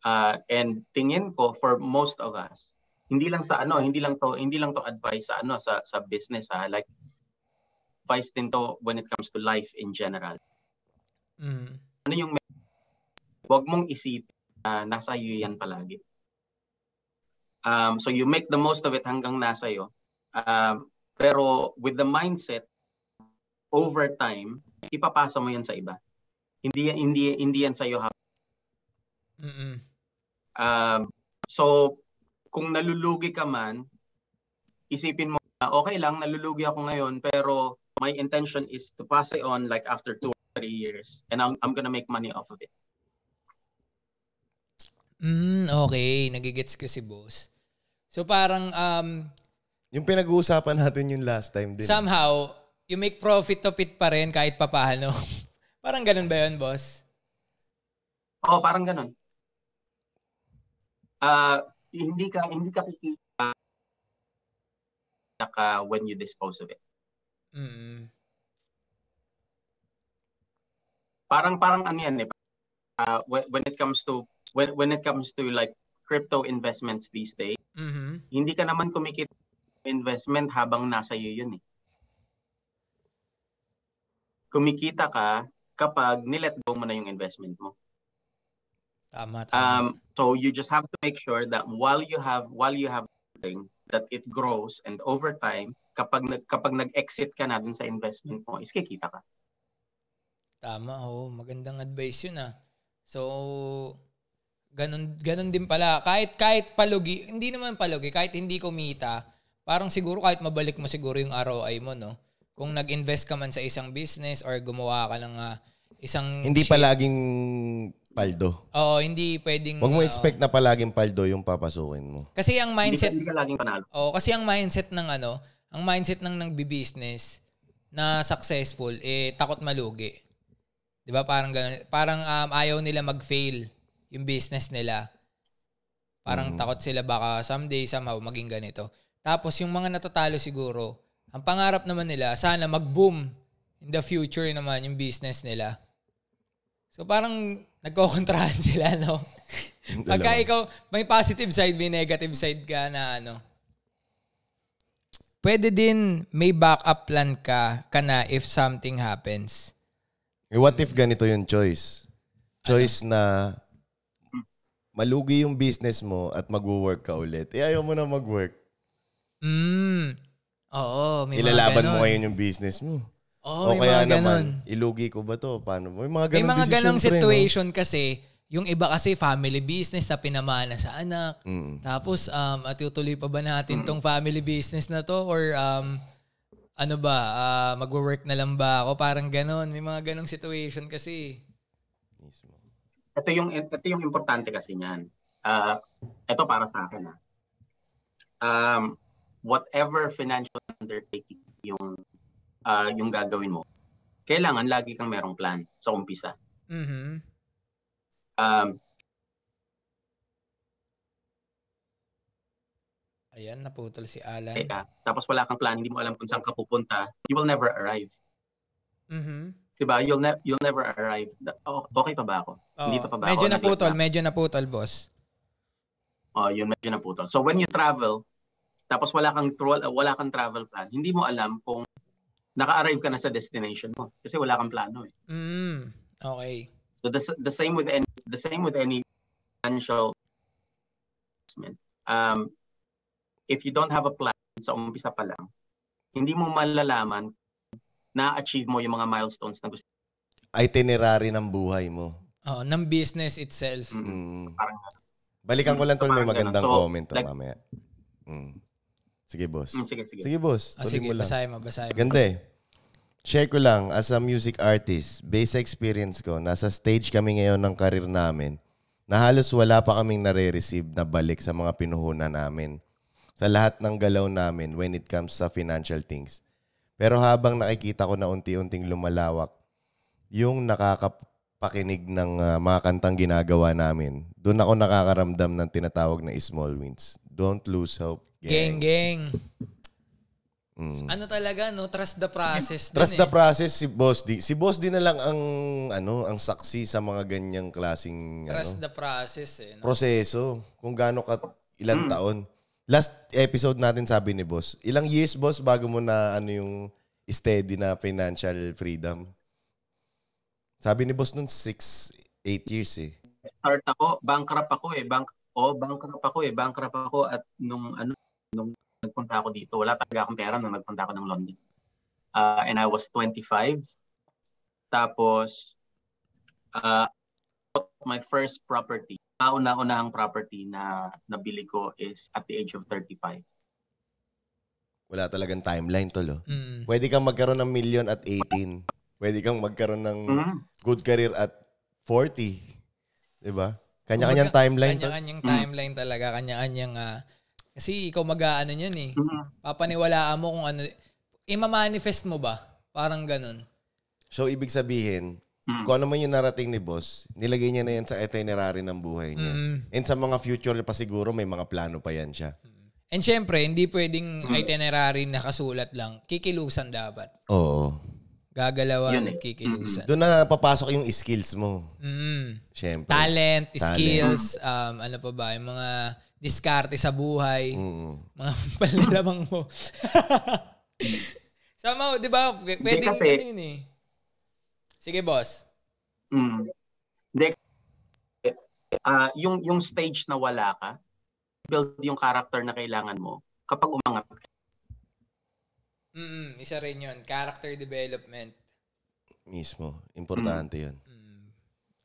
Speaker 3: Ah, and tingin ko for most of us, hindi lang sa ano, hindi lang to, hindi lang to advice sa ano sa sa business ha, like advice din to when it comes to life in general.
Speaker 1: Mm.
Speaker 3: Ano yung meron? Huwag mong isipin na nasa iyo yan palagi. Um, so you make the most of it hanggang nasa iyo. Um, pero with the mindset, over time, ipapasa mo yan sa iba. Hindi yan- hindi hindi yan sa iyo
Speaker 1: Mm-mm.
Speaker 3: Um, so, kung nalulugi ka man, isipin mo na okay lang, nalulugi ako ngayon, pero my intention is to pass it on like after two or three years and I'm, I'm gonna make money off of it.
Speaker 1: Mm, okay, nagigets ko si boss. So parang um,
Speaker 2: Yung pinag-uusapan natin yung last time din.
Speaker 1: somehow, you make profit of it pa rin kahit papahano. parang ganun ba yun, boss?
Speaker 3: Oo, parang ganun. Ah, hindi ka hindi ka kikita ka when you dispose of it.
Speaker 1: Mm.
Speaker 3: parang parang ano yan eh uh, when, when it comes to when when it comes to like crypto investments these days
Speaker 1: Mm-hmm.
Speaker 3: hindi ka naman kumikita ng investment habang nasa iyo yun eh kumikita ka kapag nilet go mo na yung investment mo
Speaker 1: Tama, tama.
Speaker 3: um so you just have to make sure that while you have while you have thing that it grows and over time kapag nag kapag nag-exit ka na dun sa investment mo is kikita ka
Speaker 1: tama, oh. Magandang advice yun, ah. So, ganun, ganun din pala. Kahit, kahit palugi, hindi naman palugi, kahit hindi kumita, parang siguro kahit mabalik mo siguro yung ROI mo, no? Kung nag-invest ka man sa isang business or gumawa ka ng ah, isang...
Speaker 2: Hindi
Speaker 1: share-
Speaker 2: palaging paldo.
Speaker 1: Oo, hindi pwedeng...
Speaker 2: Huwag mo
Speaker 1: Mm, oo.
Speaker 2: expect na palaging paldo yung papasukin mo.
Speaker 1: Kasi ang
Speaker 3: hindi ka,
Speaker 1: mindset,
Speaker 3: hindi ka laging panalo
Speaker 1: oh, kasi ang mindset ng ano, ang mindset ng nagbi-business na successful eh takot malugi. 'Di ba? Parang ganun, parang um, ayaw nila mag-fail yung business nila. Parang takot sila baka someday somehow maging ganito. Tapos yung mga natatalo siguro, ang pangarap naman nila sana mag-boom in the future naman yung business nila. So parang nagkokontrahan sila, no? Pagka
Speaker 2: Dalawa.
Speaker 1: ikaw, may positive side, may negative side ka na ano. Pwede din may backup plan ka, ka na if something happens.
Speaker 2: Eh, What if ganito yung choice? Choice
Speaker 1: Ano?
Speaker 2: na malugi yung business mo at mag-work ka ulit. Eh, ayaw mo na mag-work.
Speaker 1: Mm. Oo, may
Speaker 2: Ilalaban
Speaker 1: mga
Speaker 2: mo
Speaker 1: ganun.
Speaker 2: ngayon yung business mo.
Speaker 1: Oo,
Speaker 2: o
Speaker 1: may mga
Speaker 2: kaya
Speaker 1: ganun.
Speaker 2: naman, ilugi ko ba to? Paano mo? May mga ganun
Speaker 1: May mga ganong situation
Speaker 2: situation.
Speaker 1: kasi, yung iba kasi family business na pinamana sa anak.
Speaker 2: Mm.
Speaker 1: Tapos, um, at tutuloy pa ba natin tong family business na to? Or, um, ano ba, ah, magwo-work na lang ba ako? Parang ganon. May mga ganong situation kasi.
Speaker 3: ito yung ito yung importante kasi niyan. Ah, ito para sa akin ah. Um, whatever financial undertaking yung ah, yung gagawin mo, kailangan lagi kang merong plan sa umpisa.
Speaker 1: mhm
Speaker 2: Mm-hmm.
Speaker 3: Um,
Speaker 1: Ayan, naputol si Alan.
Speaker 3: teka, tapos wala kang plan, hindi mo alam kung saan ka pupunta, you will never arrive.
Speaker 1: mhm
Speaker 3: 'Di ba? Diba? You'll ne- you'll never arrive. Da- oh, okay pa ba ako?
Speaker 1: Oo.
Speaker 3: Dito pa ba
Speaker 1: medyo
Speaker 3: ako?
Speaker 1: naputol,
Speaker 3: Naglag
Speaker 1: medyo naputol, boss.
Speaker 3: Oh, yun medyo naputol. So when you travel, tapos wala kang tra- wala kang travel plan, hindi mo alam kung naka-arrive ka na sa destination mo kasi wala kang plano eh.
Speaker 1: Mm. Okay.
Speaker 3: So the, s- the same with any the same with any financial investment. Um, if you don't have a plan sa umpisa pa lang, hindi mo malalaman na achieve mo yung mga milestones na gusto.
Speaker 2: Itinerary ng buhay mo.
Speaker 1: Oh, ng business itself.
Speaker 3: Mm.
Speaker 2: Mm.
Speaker 3: Parang
Speaker 2: Balikan ko lang tol, may
Speaker 3: Parang ganun.
Speaker 2: magandang
Speaker 3: So,
Speaker 2: comment to
Speaker 3: like-
Speaker 2: mamaya. Mm. Sige, boss.
Speaker 3: Mm, sige, sige.
Speaker 2: Sige, boss.
Speaker 1: Ah,
Speaker 2: Tuloy
Speaker 1: sige,
Speaker 2: mo lang.
Speaker 1: basahin mo, basahin mo.
Speaker 2: Ganda eh. Share ko lang, as a music artist, base experience ko, nasa stage kami ngayon ng karir namin na halos wala pa kaming nare-receive na balik sa mga pinuhunan namin sa lahat ng galaw namin when it comes sa financial things. Pero habang nakikita ko na unti-unting lumalawak, yung nakakap pakinig ng ah, mga kantang ginagawa namin, doon ako nakakaramdam ng tinatawag na small wins. Don't lose hope.
Speaker 1: Gang, gang.
Speaker 2: gang. Mm.
Speaker 1: Ano talaga, no? Trust the process. din
Speaker 2: Trust the
Speaker 1: eh.
Speaker 2: process si Boss D. Si Boss D na lang ang ano, ang saksi sa mga ganyang klasing
Speaker 1: Trust the
Speaker 2: ano,
Speaker 1: process, eh. No?
Speaker 2: proseso kung gaano ka ilang taon. Last episode natin sabi ni Boss, ilang years Boss bago mo na ano yung steady na financial freedom? Sabi ni Boss nun 6 8 years eh.
Speaker 3: Start ako, bankrupt ako eh. Bank, oh, bankrupt ako eh. Bankrupt ako at nung ano, nung nagpunta ako dito, wala talaga akong pera nung nagpunta ako ng London. Ah, and I was 25. Tapos, uh, my first property, kauna-unahang property na nabili ko is at the age of 35.
Speaker 2: Wala talagang timeline tolo.
Speaker 1: Mm.
Speaker 2: Pwede kang magkaroon ng million at 18. Pwede kang magkaroon ng
Speaker 3: Mm.
Speaker 2: good career at 40. 'Di ba? Kanya-kanyang timeline. tol.
Speaker 1: Kanya-kanyang
Speaker 3: Mm.
Speaker 1: timeline talaga. Kanya-kanyang... ah, kasi ikaw mag-ano yun eh.
Speaker 3: Mm.
Speaker 1: Papaniwalaan mo kung ano... Imamanifest mo ba? Parang ganun.
Speaker 2: So, ibig sabihin,
Speaker 3: Mm.
Speaker 2: kung ano man yung narating ni boss, nilagay niya na yan sa itinerary ng buhay niya.
Speaker 1: Mm.
Speaker 2: And sa mga future pa siguro, may mga plano pa yan siya.
Speaker 1: And syempre, hindi pwedeng
Speaker 3: Mm.
Speaker 1: itinerary na kasulat lang. Kikilusan dapat.
Speaker 2: Oo.
Speaker 1: Gagalawan
Speaker 3: Yun
Speaker 1: at
Speaker 3: eh.
Speaker 1: kikilusan.
Speaker 2: Doon na papasok yung skills mo.
Speaker 1: Mm.
Speaker 2: Siyempre.
Speaker 1: Talent, skills, um, ano pa ba, yung mga diskarte sa buhay,
Speaker 2: Mm.
Speaker 1: mga panlalamang mo. Sama, di ba? P- Pwede
Speaker 3: kasi-
Speaker 1: ano yun eh. Sige, boss.
Speaker 3: Mm. Hindi. Ah, yung yung stage na wala ka, build yung character na kailangan mo kapag umangat ka.
Speaker 1: Mm isa rin yun. Character development.
Speaker 2: Mismo. Importante yun.
Speaker 1: Mm.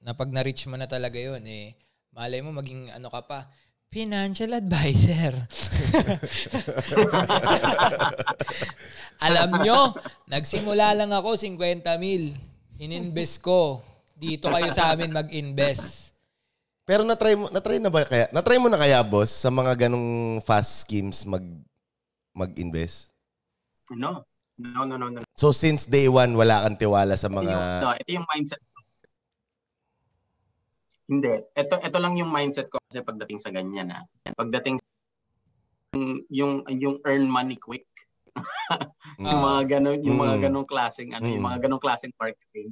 Speaker 1: Na pag na-reach mo na talaga yun, eh, malay mo maging ano ka pa, financial advisor. Alam nyo, nagsimula lang ako 50 mil. Ininvest ko. Dito kayo sa amin mag-invest.
Speaker 2: Pero na-try mo, na-try na ba kaya? Na-try mo na kaya, boss, sa mga ganong fast schemes mag mag-invest?
Speaker 3: No. Ano? No, no, no, no.
Speaker 2: So since day one, wala kang tiwala sa
Speaker 3: Ito yung,
Speaker 2: mga...
Speaker 3: no, ito yung mindset ko. Hindi. Ito, ito lang yung mindset ko kasi pagdating sa ganyan ah. Pagdating sa- yung, yung, yung earn money quick, yung
Speaker 1: Ah.
Speaker 2: Mm.
Speaker 3: mga ganun, yung mga
Speaker 2: Mm.
Speaker 3: ganung klaseng ano, yung
Speaker 2: Mm.
Speaker 3: mga ganung klaseng marketing.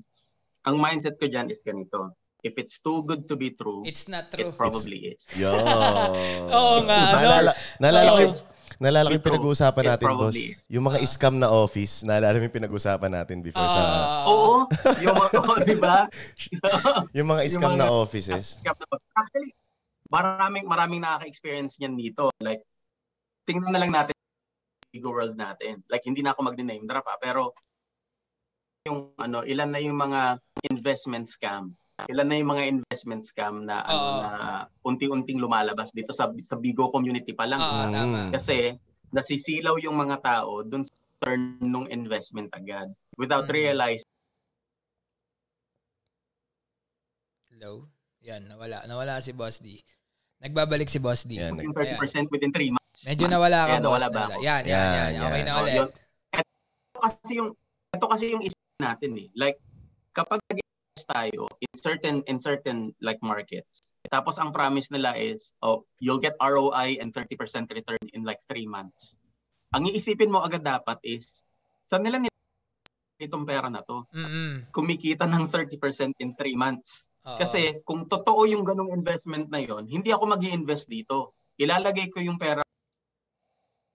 Speaker 3: Ang mindset ko diyan is ganito. If it's too good to be true,
Speaker 1: It's not
Speaker 3: it
Speaker 1: true.
Speaker 3: probably is.
Speaker 2: Yo.
Speaker 1: Oo nga, ano?
Speaker 2: Naalala, naalala ko
Speaker 1: Oo.
Speaker 2: yung- naalala ko yung
Speaker 3: It
Speaker 2: pinag-uusapan
Speaker 3: prob- it
Speaker 2: natin, boss.
Speaker 3: probably is. Ah.
Speaker 2: Yung mga scam na office, naalala mo yung pinag-uusapan natin before sa...
Speaker 1: Ah.
Speaker 3: Oo, yung mga, di ba?
Speaker 2: Yung mga
Speaker 3: Yung
Speaker 2: scam
Speaker 3: mga-
Speaker 2: na offices.
Speaker 3: Actually, maraming maraming nakaka-experience niyan dito. Like tingnan na lang natin ego world natin. Like hindi na ako magne-name drop ah, pero yung ano, ilan na yung mga investment scam. Ilan na yung mga investment scam na ano
Speaker 1: Oo.
Speaker 3: na unti-unting lumalabas dito sa sa Bigo community pa lang.
Speaker 1: Oo, Ah, tama.
Speaker 3: Kasi nasisilaw yung mga tao dun sa turn nung investment agad without
Speaker 1: Mm.
Speaker 3: realize
Speaker 1: Hello? Yan, nawala. Nawala si Boss D. Nagbabalik si Boss D.
Speaker 2: Yan,
Speaker 3: yung 30% within 3 months.
Speaker 1: Medyo nawala ka,
Speaker 3: Ayan,
Speaker 1: boss.
Speaker 3: nawala ba
Speaker 1: Nawala.
Speaker 3: ako?
Speaker 1: Yan, yan,
Speaker 2: Yan,
Speaker 1: yan, Okay
Speaker 2: yan.
Speaker 1: na
Speaker 3: Oh,
Speaker 1: ulit.
Speaker 3: yun. ito kasi yung ito kasi yung issue natin eh. Like kapag nag-invest tayo in certain in certain like markets, tapos ang promise nila is oh, you'll get ROI and 30% return in like three months. Ang iisipin mo agad dapat is saan nila nila itong pera na to?
Speaker 1: Mm-mm.
Speaker 3: Kumikita ng 30% in three months.
Speaker 1: Oo.
Speaker 3: Kasi kung totoo yung ganong investment na yon, hindi ako mag invest dito. Ilalagay ko yung pera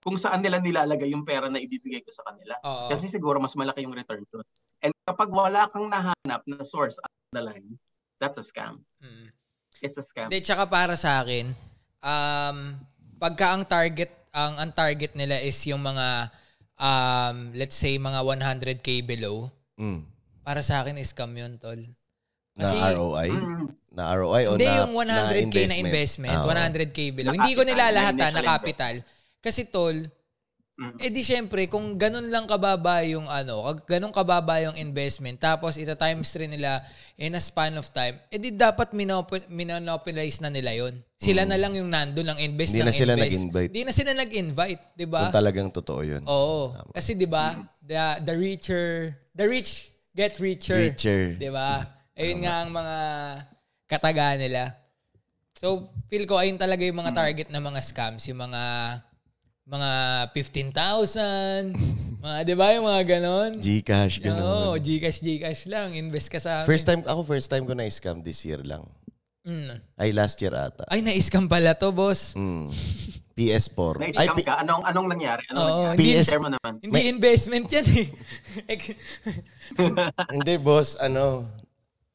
Speaker 3: kung saan nila nilalagay yung pera na ibibigay ko sa kanila.
Speaker 1: Oo.
Speaker 3: Kasi siguro mas malaki yung return doon. And kapag wala kang nahanap na source on the line, that's a scam.
Speaker 1: Mm.
Speaker 3: It's a scam.
Speaker 1: Hindi, tsaka para sa akin, um, pagka ang target, ang, ang target nila is yung mga, um, let's say, mga 100k below,
Speaker 2: Mm.
Speaker 1: para sa akin is scam yun, tol.
Speaker 2: Na
Speaker 1: Kasi-
Speaker 2: ROI?
Speaker 3: Mm.
Speaker 2: Na ROI o
Speaker 1: Hindi
Speaker 2: na,
Speaker 1: yung 100k na investment,
Speaker 2: Ah, oo.
Speaker 1: 100k below.
Speaker 3: Na
Speaker 1: Hindi ko
Speaker 3: capital,
Speaker 1: nila lahat
Speaker 3: na
Speaker 1: ha, na
Speaker 3: initial
Speaker 1: capital. Kasi tol,
Speaker 3: Mm.
Speaker 1: eh di syempre, kung ganun lang kababa yung ano, kag- ganun kababa yung investment, tapos ita times rin nila in a span of time, eh di dapat minop- minonopolize na nila yon Sila na lang yung nandun ang invest
Speaker 2: Mm.
Speaker 1: ng
Speaker 2: Hindi na sila
Speaker 1: invest.
Speaker 2: nag-invite.
Speaker 1: Hindi na sila nag-invite, di ba?
Speaker 2: Kung talagang totoo yun.
Speaker 1: Oo.
Speaker 3: Mm.
Speaker 1: Kasi 'di ba, the the richer, the rich get richer.
Speaker 2: Richer.
Speaker 1: 'Di ba? Diba? Ayun nga ang mga kataga nila. So, feel ko ayun talaga yung
Speaker 2: Mm.
Speaker 1: mga target ng mga scams, yung mga mga 15,000, mga 'di ba yung mga ganon?
Speaker 2: Gcash,
Speaker 1: Oo,
Speaker 2: gano'n.
Speaker 1: Gcash Gcash lang, invest ka sa
Speaker 2: First time, ako first time ko na-scam this year lang.
Speaker 1: Mm.
Speaker 2: Ay, last year ata.
Speaker 1: Ay, na-scam pala to, boss.
Speaker 2: Mm. PS4. Ay,
Speaker 3: Na-scam
Speaker 2: P-
Speaker 3: ka? Anong, anong nangyari? Anong
Speaker 1: Oo,
Speaker 3: nangyari?
Speaker 2: hindi-
Speaker 3: Share mo naman.
Speaker 1: Hindi investment yan eh. Ek-
Speaker 2: hindi boss, ano,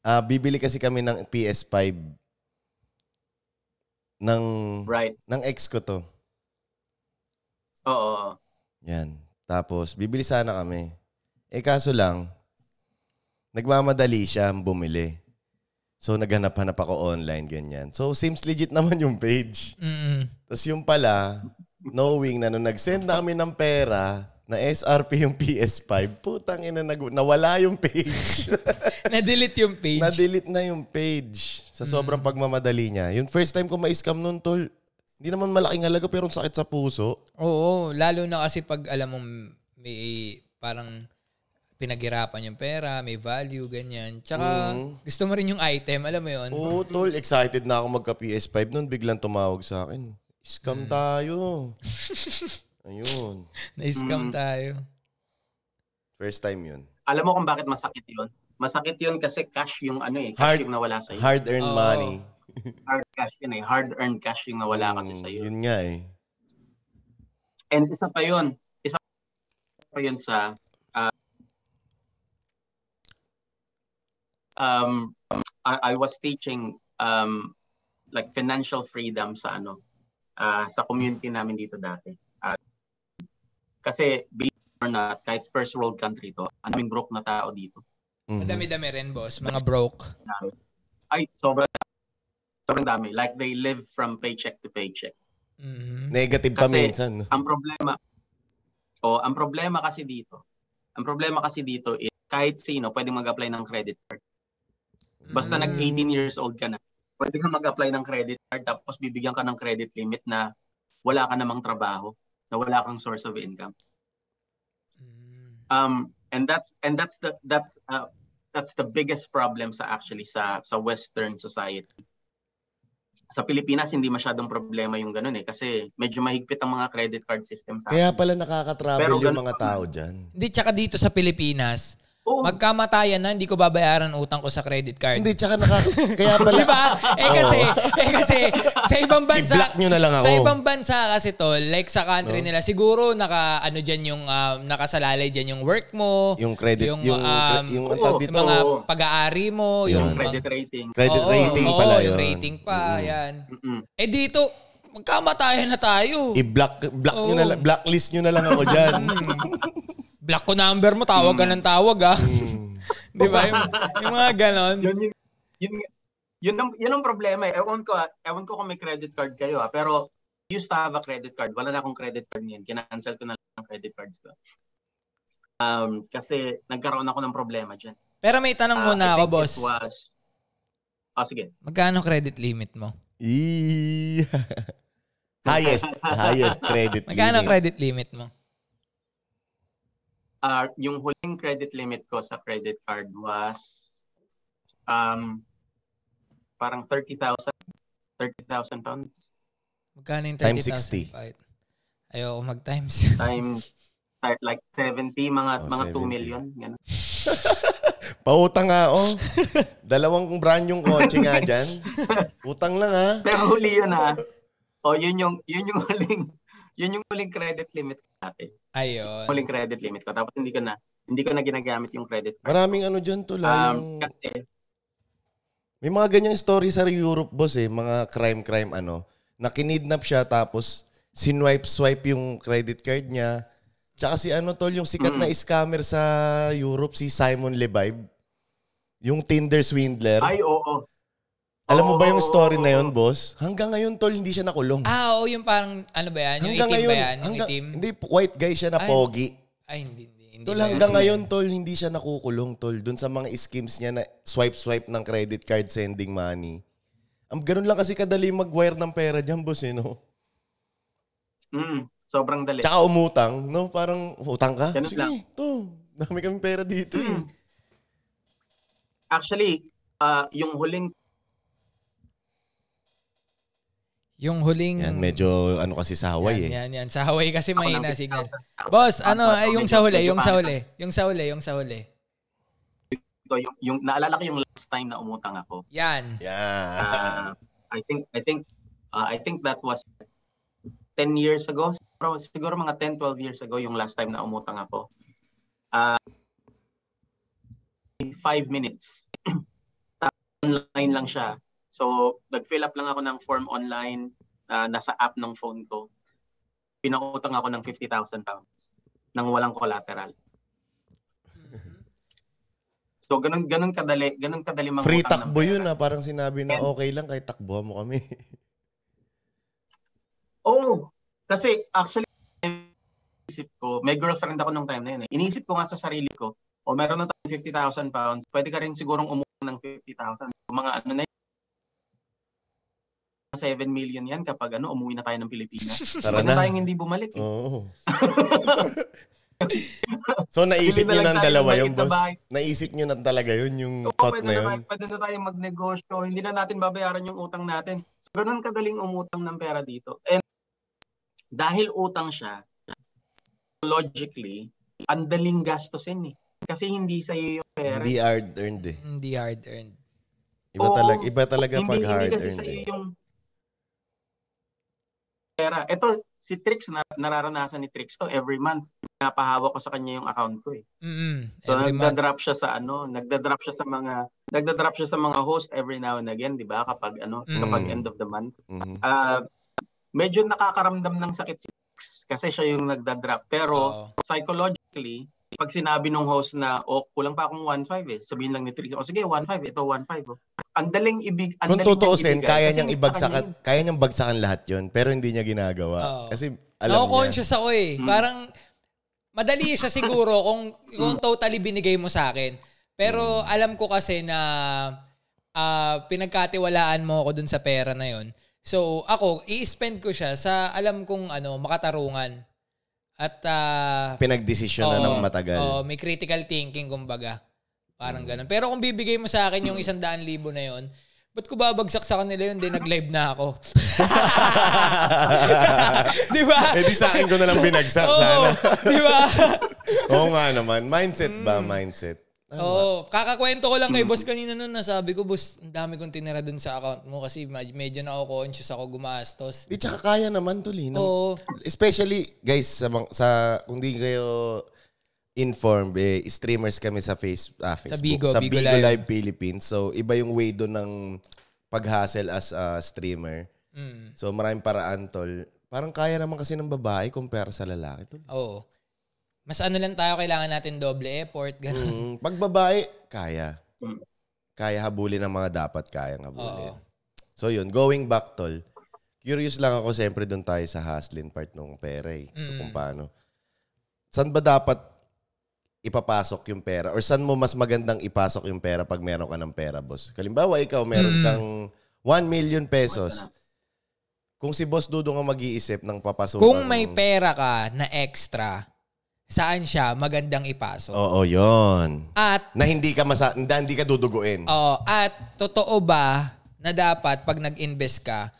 Speaker 2: ah, bibili kasi kami ng PS5 ng,
Speaker 3: Right.
Speaker 2: ng ex ko to.
Speaker 3: Oo. oo.
Speaker 2: Yan. Tapos, bibili sana kami. Eh, kaso lang, nagmamadali siya bumili. So, naghanap-hanap ako online, ganyan. So, seems legit naman yung page.
Speaker 1: Mm.
Speaker 2: Tapos yung pala, knowing na nung nag-send na kami ng pera, na SRP yung PS5, putang ina, nag- nawala yung page.
Speaker 1: Na-delete yung page.
Speaker 2: Na-delete na yung page sa sobrang pagmamadali niya. Yung first time ko ma-scam nun, tol, hindi naman malaking halaga pero ang sakit sa puso.
Speaker 1: Oo, lalo na kasi pag alam mong may parang pinaghirapan yung pera, may value, ganyan. Tsaka gusto mo rin yung item, alam mo yun?
Speaker 2: Oo, tol, excited na ako magka PS5 nun, biglang tumawag sa akin. Scam tayo. Ayun. Mm.
Speaker 1: Na-scam tayo.
Speaker 2: First time yun.
Speaker 3: Alam mo kung bakit masakit yun? Masakit yun kasi cash yung ano eh. Cash
Speaker 2: Hard-
Speaker 3: yung nawala sa'yo. Hard,
Speaker 2: Hard-earned
Speaker 1: Oo.
Speaker 2: money.
Speaker 3: cash yun eh. Hard-earned cash yung nawala kasi
Speaker 2: Mm,
Speaker 3: sa'yo.
Speaker 2: Yun nga eh.
Speaker 3: And isa pa yun. Isa pa yun sa uh, um, I, I was teaching um, like financial freedom sa ano ah, sa community namin dito dati. Ah, kasi be it or not, kahit first world country to, ang daming broke na tao dito.
Speaker 2: Mhm.
Speaker 1: Madami-dami rin, boss. Mga broke.
Speaker 3: Ay, sobrang sobrang dami. Like they live from paycheck to paycheck.
Speaker 1: Mhm.
Speaker 2: Negative pa
Speaker 3: Kasi-
Speaker 2: minsan. no?
Speaker 3: Ang problema o ang problema kasi dito. Ang problema kasi dito is kahit sino pwedeng mag-apply ng credit card. Basta
Speaker 1: Mm.
Speaker 3: nag
Speaker 2: Hmm.
Speaker 3: 18 years old ka na, pwede kang mag-apply ng credit card tapos bibigyan ka ng credit limit na wala ka namang trabaho, na wala kang source of income.
Speaker 1: Mm.
Speaker 3: Um and that's and that's the that's uh, that's the biggest problem sa actually sa sa western society. Sa Pilipinas hindi masyadong problema yung ganun eh kasi medyo mahigpit ang mga credit card system sa
Speaker 2: Kaya
Speaker 3: atin.
Speaker 2: pala nakaka-travel
Speaker 3: Pero
Speaker 2: yung
Speaker 3: ganun
Speaker 2: mga
Speaker 3: pa man.
Speaker 2: tao dyan.
Speaker 1: Hindi, tsaka dito sa Pilipinas,
Speaker 3: Oo.
Speaker 1: magkamatayan na, hindi ko babayaran utang ko sa credit card.
Speaker 2: Oh. Hindi, tsaka nakaka... kaya pala...
Speaker 1: Di ba? Eh kasi, eh kasi sa ibang bansa,
Speaker 2: I-block nyo na lang ako.
Speaker 1: sa ibang bansa kasi tol, like sa country nila, siguro naka ano diyan yung um, nakasalalay diyan yung work mo,
Speaker 2: Yung credit, yung, yung,
Speaker 1: um,
Speaker 2: yung, ang
Speaker 3: oo,
Speaker 1: yung
Speaker 2: tawag dito,
Speaker 1: mga pag-aari mo,
Speaker 2: Yun.
Speaker 1: yung,
Speaker 3: yung credit rating.
Speaker 2: credit
Speaker 1: Oo,
Speaker 2: rating
Speaker 1: oo,
Speaker 2: pala yun. Mm-hmm.
Speaker 1: yung rating pa, yan.
Speaker 3: Mm-mm.
Speaker 1: Eh dito, magkamatayan na tayo.
Speaker 2: I-block, block nyo
Speaker 1: Oo. Mm.
Speaker 2: na lang, blacklist nyo na lang ako dyan.
Speaker 1: Black ko number mo, tawag
Speaker 3: Mm.
Speaker 1: ka ng tawag ah.
Speaker 2: Mm.
Speaker 1: Di ba? Yung, yung mga ganon.
Speaker 3: Yun yun yun yun ang, yun ang problema eh. Ewan ko, ah. ewan ko kung may credit card kayo ah. Pero I used to have a credit card. Wala na akong credit card ngayon. Kinancel ko na lang ang credit cards ko. Um, kasi nagkaroon ako ng problema dyan.
Speaker 1: Pero may tanong
Speaker 3: Ah, I
Speaker 1: Ano muna ako,
Speaker 3: think
Speaker 1: boss.
Speaker 3: It was, oh, sige.
Speaker 1: Magkano credit limit mo?
Speaker 2: I- highest, highest credit
Speaker 1: Magkano
Speaker 2: limit.
Speaker 1: credit limit mo?
Speaker 3: Ah, yung huling credit limit ko sa credit card was um, parang 30,000 30,000 pounds.
Speaker 1: Magkano yung 30,000?
Speaker 2: Times 60.
Speaker 1: Bakit? Ayoko mag-times.
Speaker 3: times type like 70 mga
Speaker 2: Oh,
Speaker 3: mga 2
Speaker 2: 70.
Speaker 3: million ganun.
Speaker 2: Pautang nga, oh. Dalawang brand yung kotse nga dyan. Utang lang, ha?
Speaker 3: Pero huli yun ah. O yun yung yun yung huling yun yung huling credit limit ko dati.
Speaker 1: Ayun.
Speaker 3: Huling credit limit ko tapos hindi ko na hindi ko na ginagamit yung credit card.
Speaker 2: Maraming ano dyan, tol. ha,
Speaker 3: Um,
Speaker 2: yung-
Speaker 3: kasi
Speaker 2: May mga ganyang story sa Europe, boss, eh. Mga crime-crime, ano. Nakinidnap siya, tapos sinwipe-swipe yung credit card niya. Tsaka si ano, tol, yung sikat
Speaker 3: Mm.
Speaker 2: na scammer sa Europe, si Simon Levive. Yung Tinder swindler.
Speaker 3: ay oo.
Speaker 2: Alam mo ba yung
Speaker 3: oo,
Speaker 2: story
Speaker 3: oo,
Speaker 2: na yun, boss? Hanggang ngayon, tol, hindi siya nakulong.
Speaker 1: Ah, oo, yung parang, ano ba yan? Yung
Speaker 2: hanggang
Speaker 1: itim
Speaker 2: ngayon,
Speaker 1: ba yan? Yung
Speaker 2: hanggang-
Speaker 1: itim?
Speaker 2: hindi, white guy siya na
Speaker 1: Ay,
Speaker 2: pogi.
Speaker 1: Ay, hindi, hindi. hindi
Speaker 2: Tol,
Speaker 1: ba yan?
Speaker 2: hanggang ngayon, tol, hindi siya nakukulong, tol. Doon sa mga schemes niya na swipe-swipe ng credit card sending money. Ang ganun lang kasi kadali mag-wire ng pera dyan, boss, eh, no?
Speaker 3: Mm, sobrang dali.
Speaker 2: Tsaka umutang, no? Parang, utang ka?
Speaker 3: Ganun
Speaker 2: Sige,
Speaker 3: lang.
Speaker 2: to. Dami kami pera dito, eh.
Speaker 3: Actually, ah, yung huling
Speaker 1: Yung
Speaker 3: Mm.
Speaker 1: huling...
Speaker 2: Yan, medyo ano kasi sa Hawaii eh.
Speaker 1: Yan, yan, yan. Sa Hawaii kasi
Speaker 3: Ako
Speaker 1: may
Speaker 3: ng
Speaker 1: na signal.
Speaker 3: 50,000.
Speaker 1: Boss, ano,
Speaker 3: Ako,
Speaker 1: ay, yung
Speaker 3: medyo-
Speaker 1: sa huli,
Speaker 3: medyo
Speaker 1: yung sa
Speaker 3: pangit.
Speaker 1: huli. Yung sa huli, yung sa huli.
Speaker 3: Ito, yung, yung, naalala ko yung last time na umutang ako.
Speaker 1: Yan.
Speaker 2: Yeah.
Speaker 3: Ah, I think, I think, ah, I think that was 10 years ago. Siguro, siguro mga 10, 12 years ago yung last time na umutang ako. Ah, in five minutes. online lang siya. So, nag-fill up lang ako ng form online ah, nasa app ng phone ko. Pinautang ako ng 50,000 pounds nang walang collateral. So, ganun, ganun kadali, ganun kadali mangutang
Speaker 2: Free
Speaker 3: ng
Speaker 2: takbo
Speaker 3: pera.
Speaker 2: yun ah. Parang sinabi na okay lang kahit takbuhan mo kami.
Speaker 3: Oo. Kasi actually, isip ko, may girlfriend ako nung time na yun. Eh. Iniisip ko nga sa sarili ko, o meron na tayong 50,000 pounds, pwede ka rin sigurong umuha ng 50,000. So, mga ano na yun, 7 million yan kapag ano, umuwi na tayo ng Pilipinas.
Speaker 2: Tara
Speaker 3: Huwag na
Speaker 2: na.
Speaker 3: tayong hindi bumalik. eh.
Speaker 2: Oo. so naisip
Speaker 3: Bili
Speaker 2: niyo
Speaker 3: na lang
Speaker 2: ng
Speaker 3: tayo
Speaker 2: dalawa
Speaker 3: ng
Speaker 2: yun,
Speaker 3: maliit na bahay.
Speaker 2: boss? Naisip niyo na talaga yun, yung
Speaker 3: So,
Speaker 2: thought
Speaker 3: pwede
Speaker 2: na
Speaker 3: na,
Speaker 2: yun?
Speaker 3: tayo, pwede na tayo magnegosyo, hindi na natin babayaran yung utang natin. So, ganun kadaling umutang ng pera dito. And dahil utang siya, logically, ang daling gastusin eh. Kasi hindi sa'yo yung pera.
Speaker 2: Hindi hard earned eh.
Speaker 1: Hindi hard earned.
Speaker 2: Iba
Speaker 3: Oo.
Speaker 2: talaga, iba talaga pag
Speaker 3: hindi, hindi
Speaker 2: hard
Speaker 3: kasi
Speaker 2: earned
Speaker 3: sa'yo
Speaker 2: eh.
Speaker 3: yung pera. Ito, si Trix, na, nararanasan ni Trix to every month. Napahawak ko sa kanya yung account ko eh.
Speaker 1: Mm-mm.
Speaker 3: So
Speaker 1: Every month.
Speaker 3: nagda-drop siya sa ano, nagda-drop siya sa mga nagda-drop siya sa mga host every now and again, 'di ba? Kapag ano,
Speaker 1: Mm.
Speaker 3: kapag end of the month.
Speaker 2: Mhm.
Speaker 3: Ah, medyo nakakaramdam ng sakit si X kasi siya yung nagda-drop. Pero
Speaker 1: Oo.
Speaker 3: psychologically, pag sinabi nung host na, oh, kulang pa akong 1.5 eh, sabihin lang ni Trix, oh sige, 1.5, ito 1.5. Oh. Ang daling ibig, ang
Speaker 2: Kung
Speaker 3: daling niyang
Speaker 2: tutuusin, kaya
Speaker 3: ibigay. Kasi
Speaker 2: niyang
Speaker 3: sa kanya
Speaker 2: ibagsakan,
Speaker 3: yun.
Speaker 2: kaya niyang bagsakan lahat yun, pero hindi niya ginagawa.
Speaker 1: Oo.
Speaker 2: Kasi alam niya.
Speaker 1: Nako-conscious ako eh.
Speaker 3: Mm.
Speaker 1: Parang madali siya siguro kung,
Speaker 2: Mm.
Speaker 1: kung totally binigay mo sa akin. Pero alam ko kasi na ah, pinagkatiwalaan mo ako dun sa pera na yon. So ako, i-spend ko siya sa alam kong ano, makatarungan. At ah,
Speaker 2: Pinagdesisyon na
Speaker 1: Oo.
Speaker 2: ng matagal.
Speaker 1: Oo, may critical thinking kumbaga. Parang ganun. Pero kung bibigay mo sa akin yung isang daan libo na yon, ba't ko babagsak sa kanila yun? Di nag-live na ako. di ba?
Speaker 2: eh di sa akin ko na lang binagsak
Speaker 1: Oo,
Speaker 2: sana.
Speaker 1: di ba?
Speaker 2: Oo nga naman. Mindset
Speaker 1: Mm.
Speaker 2: ba? Mindset. Tama.
Speaker 1: Oo, kakakwento ko lang
Speaker 2: Mm.
Speaker 1: kay boss kanina noon na sabi ko, boss, ang dami kong tinira dun sa account mo kasi ma- medyo na ako conscious ako gumastos.
Speaker 2: Di tsaka kaya naman to, Lino.
Speaker 1: Oo.
Speaker 2: Especially, guys, sa, mga- sa kung di kayo informed, eh, streamers kami sa face, ah, Facebook.
Speaker 1: Bigo,
Speaker 2: sa
Speaker 1: Bigo
Speaker 2: Bigo,
Speaker 1: Live.
Speaker 2: Live. Philippines. So, iba yung way doon ng pag-hustle as a streamer.
Speaker 1: Mm.
Speaker 2: So, maraming paraan, tol. Parang kaya naman kasi ng babae compare sa lalaki, tol.
Speaker 1: Oo. Mas ano lang tayo, kailangan natin doble effort. Ganun.
Speaker 2: Mm, pag babae, kaya.
Speaker 3: Mm.
Speaker 2: Kaya habulin ang mga dapat kayang habulin.
Speaker 1: Oo.
Speaker 2: So yun, going back tol, curious lang ako siyempre doon tayo sa hustling part ng pera eh. So
Speaker 1: Mm.
Speaker 2: kung paano. Saan ba dapat ipapasok yung pera? Or saan mo mas magandang ipasok yung pera pag meron ka ng pera, boss? Kalimbawa, ikaw
Speaker 1: Mm.
Speaker 2: meron kang 1 million pesos. Kung si Boss Dudong ang mag-iisip ng papasok.
Speaker 1: Kung may pera ka na extra, saan siya magandang ipasok?
Speaker 2: Oo, yun.
Speaker 1: At
Speaker 2: Na hindi ka masa na hindi ka duduguin.
Speaker 1: oh, at totoo ba na dapat pag nag-invest ka,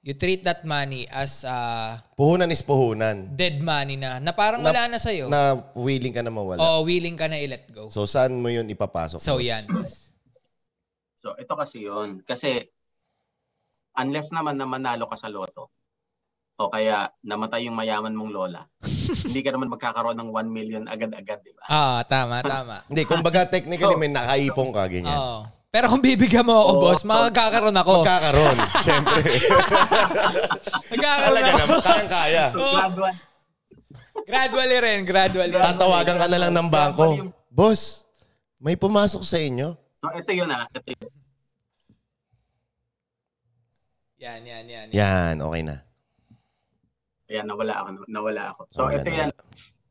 Speaker 1: you treat that money as uh,
Speaker 2: Puhunan is puhunan.
Speaker 1: dead money na na parang wala na sa'yo.
Speaker 2: Na willing ka na mawala.
Speaker 1: Oo, willing ka na i-let go.
Speaker 2: So saan mo yun ipapasok?
Speaker 1: Oh. So
Speaker 2: boss?
Speaker 1: yan. boss.
Speaker 3: So, ito kasi yun. Kasi, unless naman na manalo ka sa loto, o kaya namatay yung mayaman mong lola, hindi ka naman magkakaroon ng 1 million agad-agad, di ba?
Speaker 1: Ah, tama, tama.
Speaker 2: Hindi, kumbaga technically
Speaker 3: So-
Speaker 2: may nakaipong ka, ganyan.
Speaker 1: Oo. Pero kung bibigyan mo ako,
Speaker 3: Oo.
Speaker 1: boss, magkakaroon ako.
Speaker 2: Magkakaroon, syempre.
Speaker 1: Magkakaroon
Speaker 2: Talaga
Speaker 1: ako.
Speaker 2: naman, kayang-kaya.
Speaker 3: So, gradual.
Speaker 1: Gradually rin, gradually.
Speaker 2: Tatawagan ka na lang ng
Speaker 3: Yung-
Speaker 2: bangko. Boss, may pumasok sa inyo?
Speaker 3: So, ito yun ah. Ito yun.
Speaker 1: Yan, yan, yan. yan.
Speaker 2: Yan, okay na.
Speaker 3: Ayan, nawala ako. Nawala ako. So,
Speaker 2: Nawala,
Speaker 3: ito yan.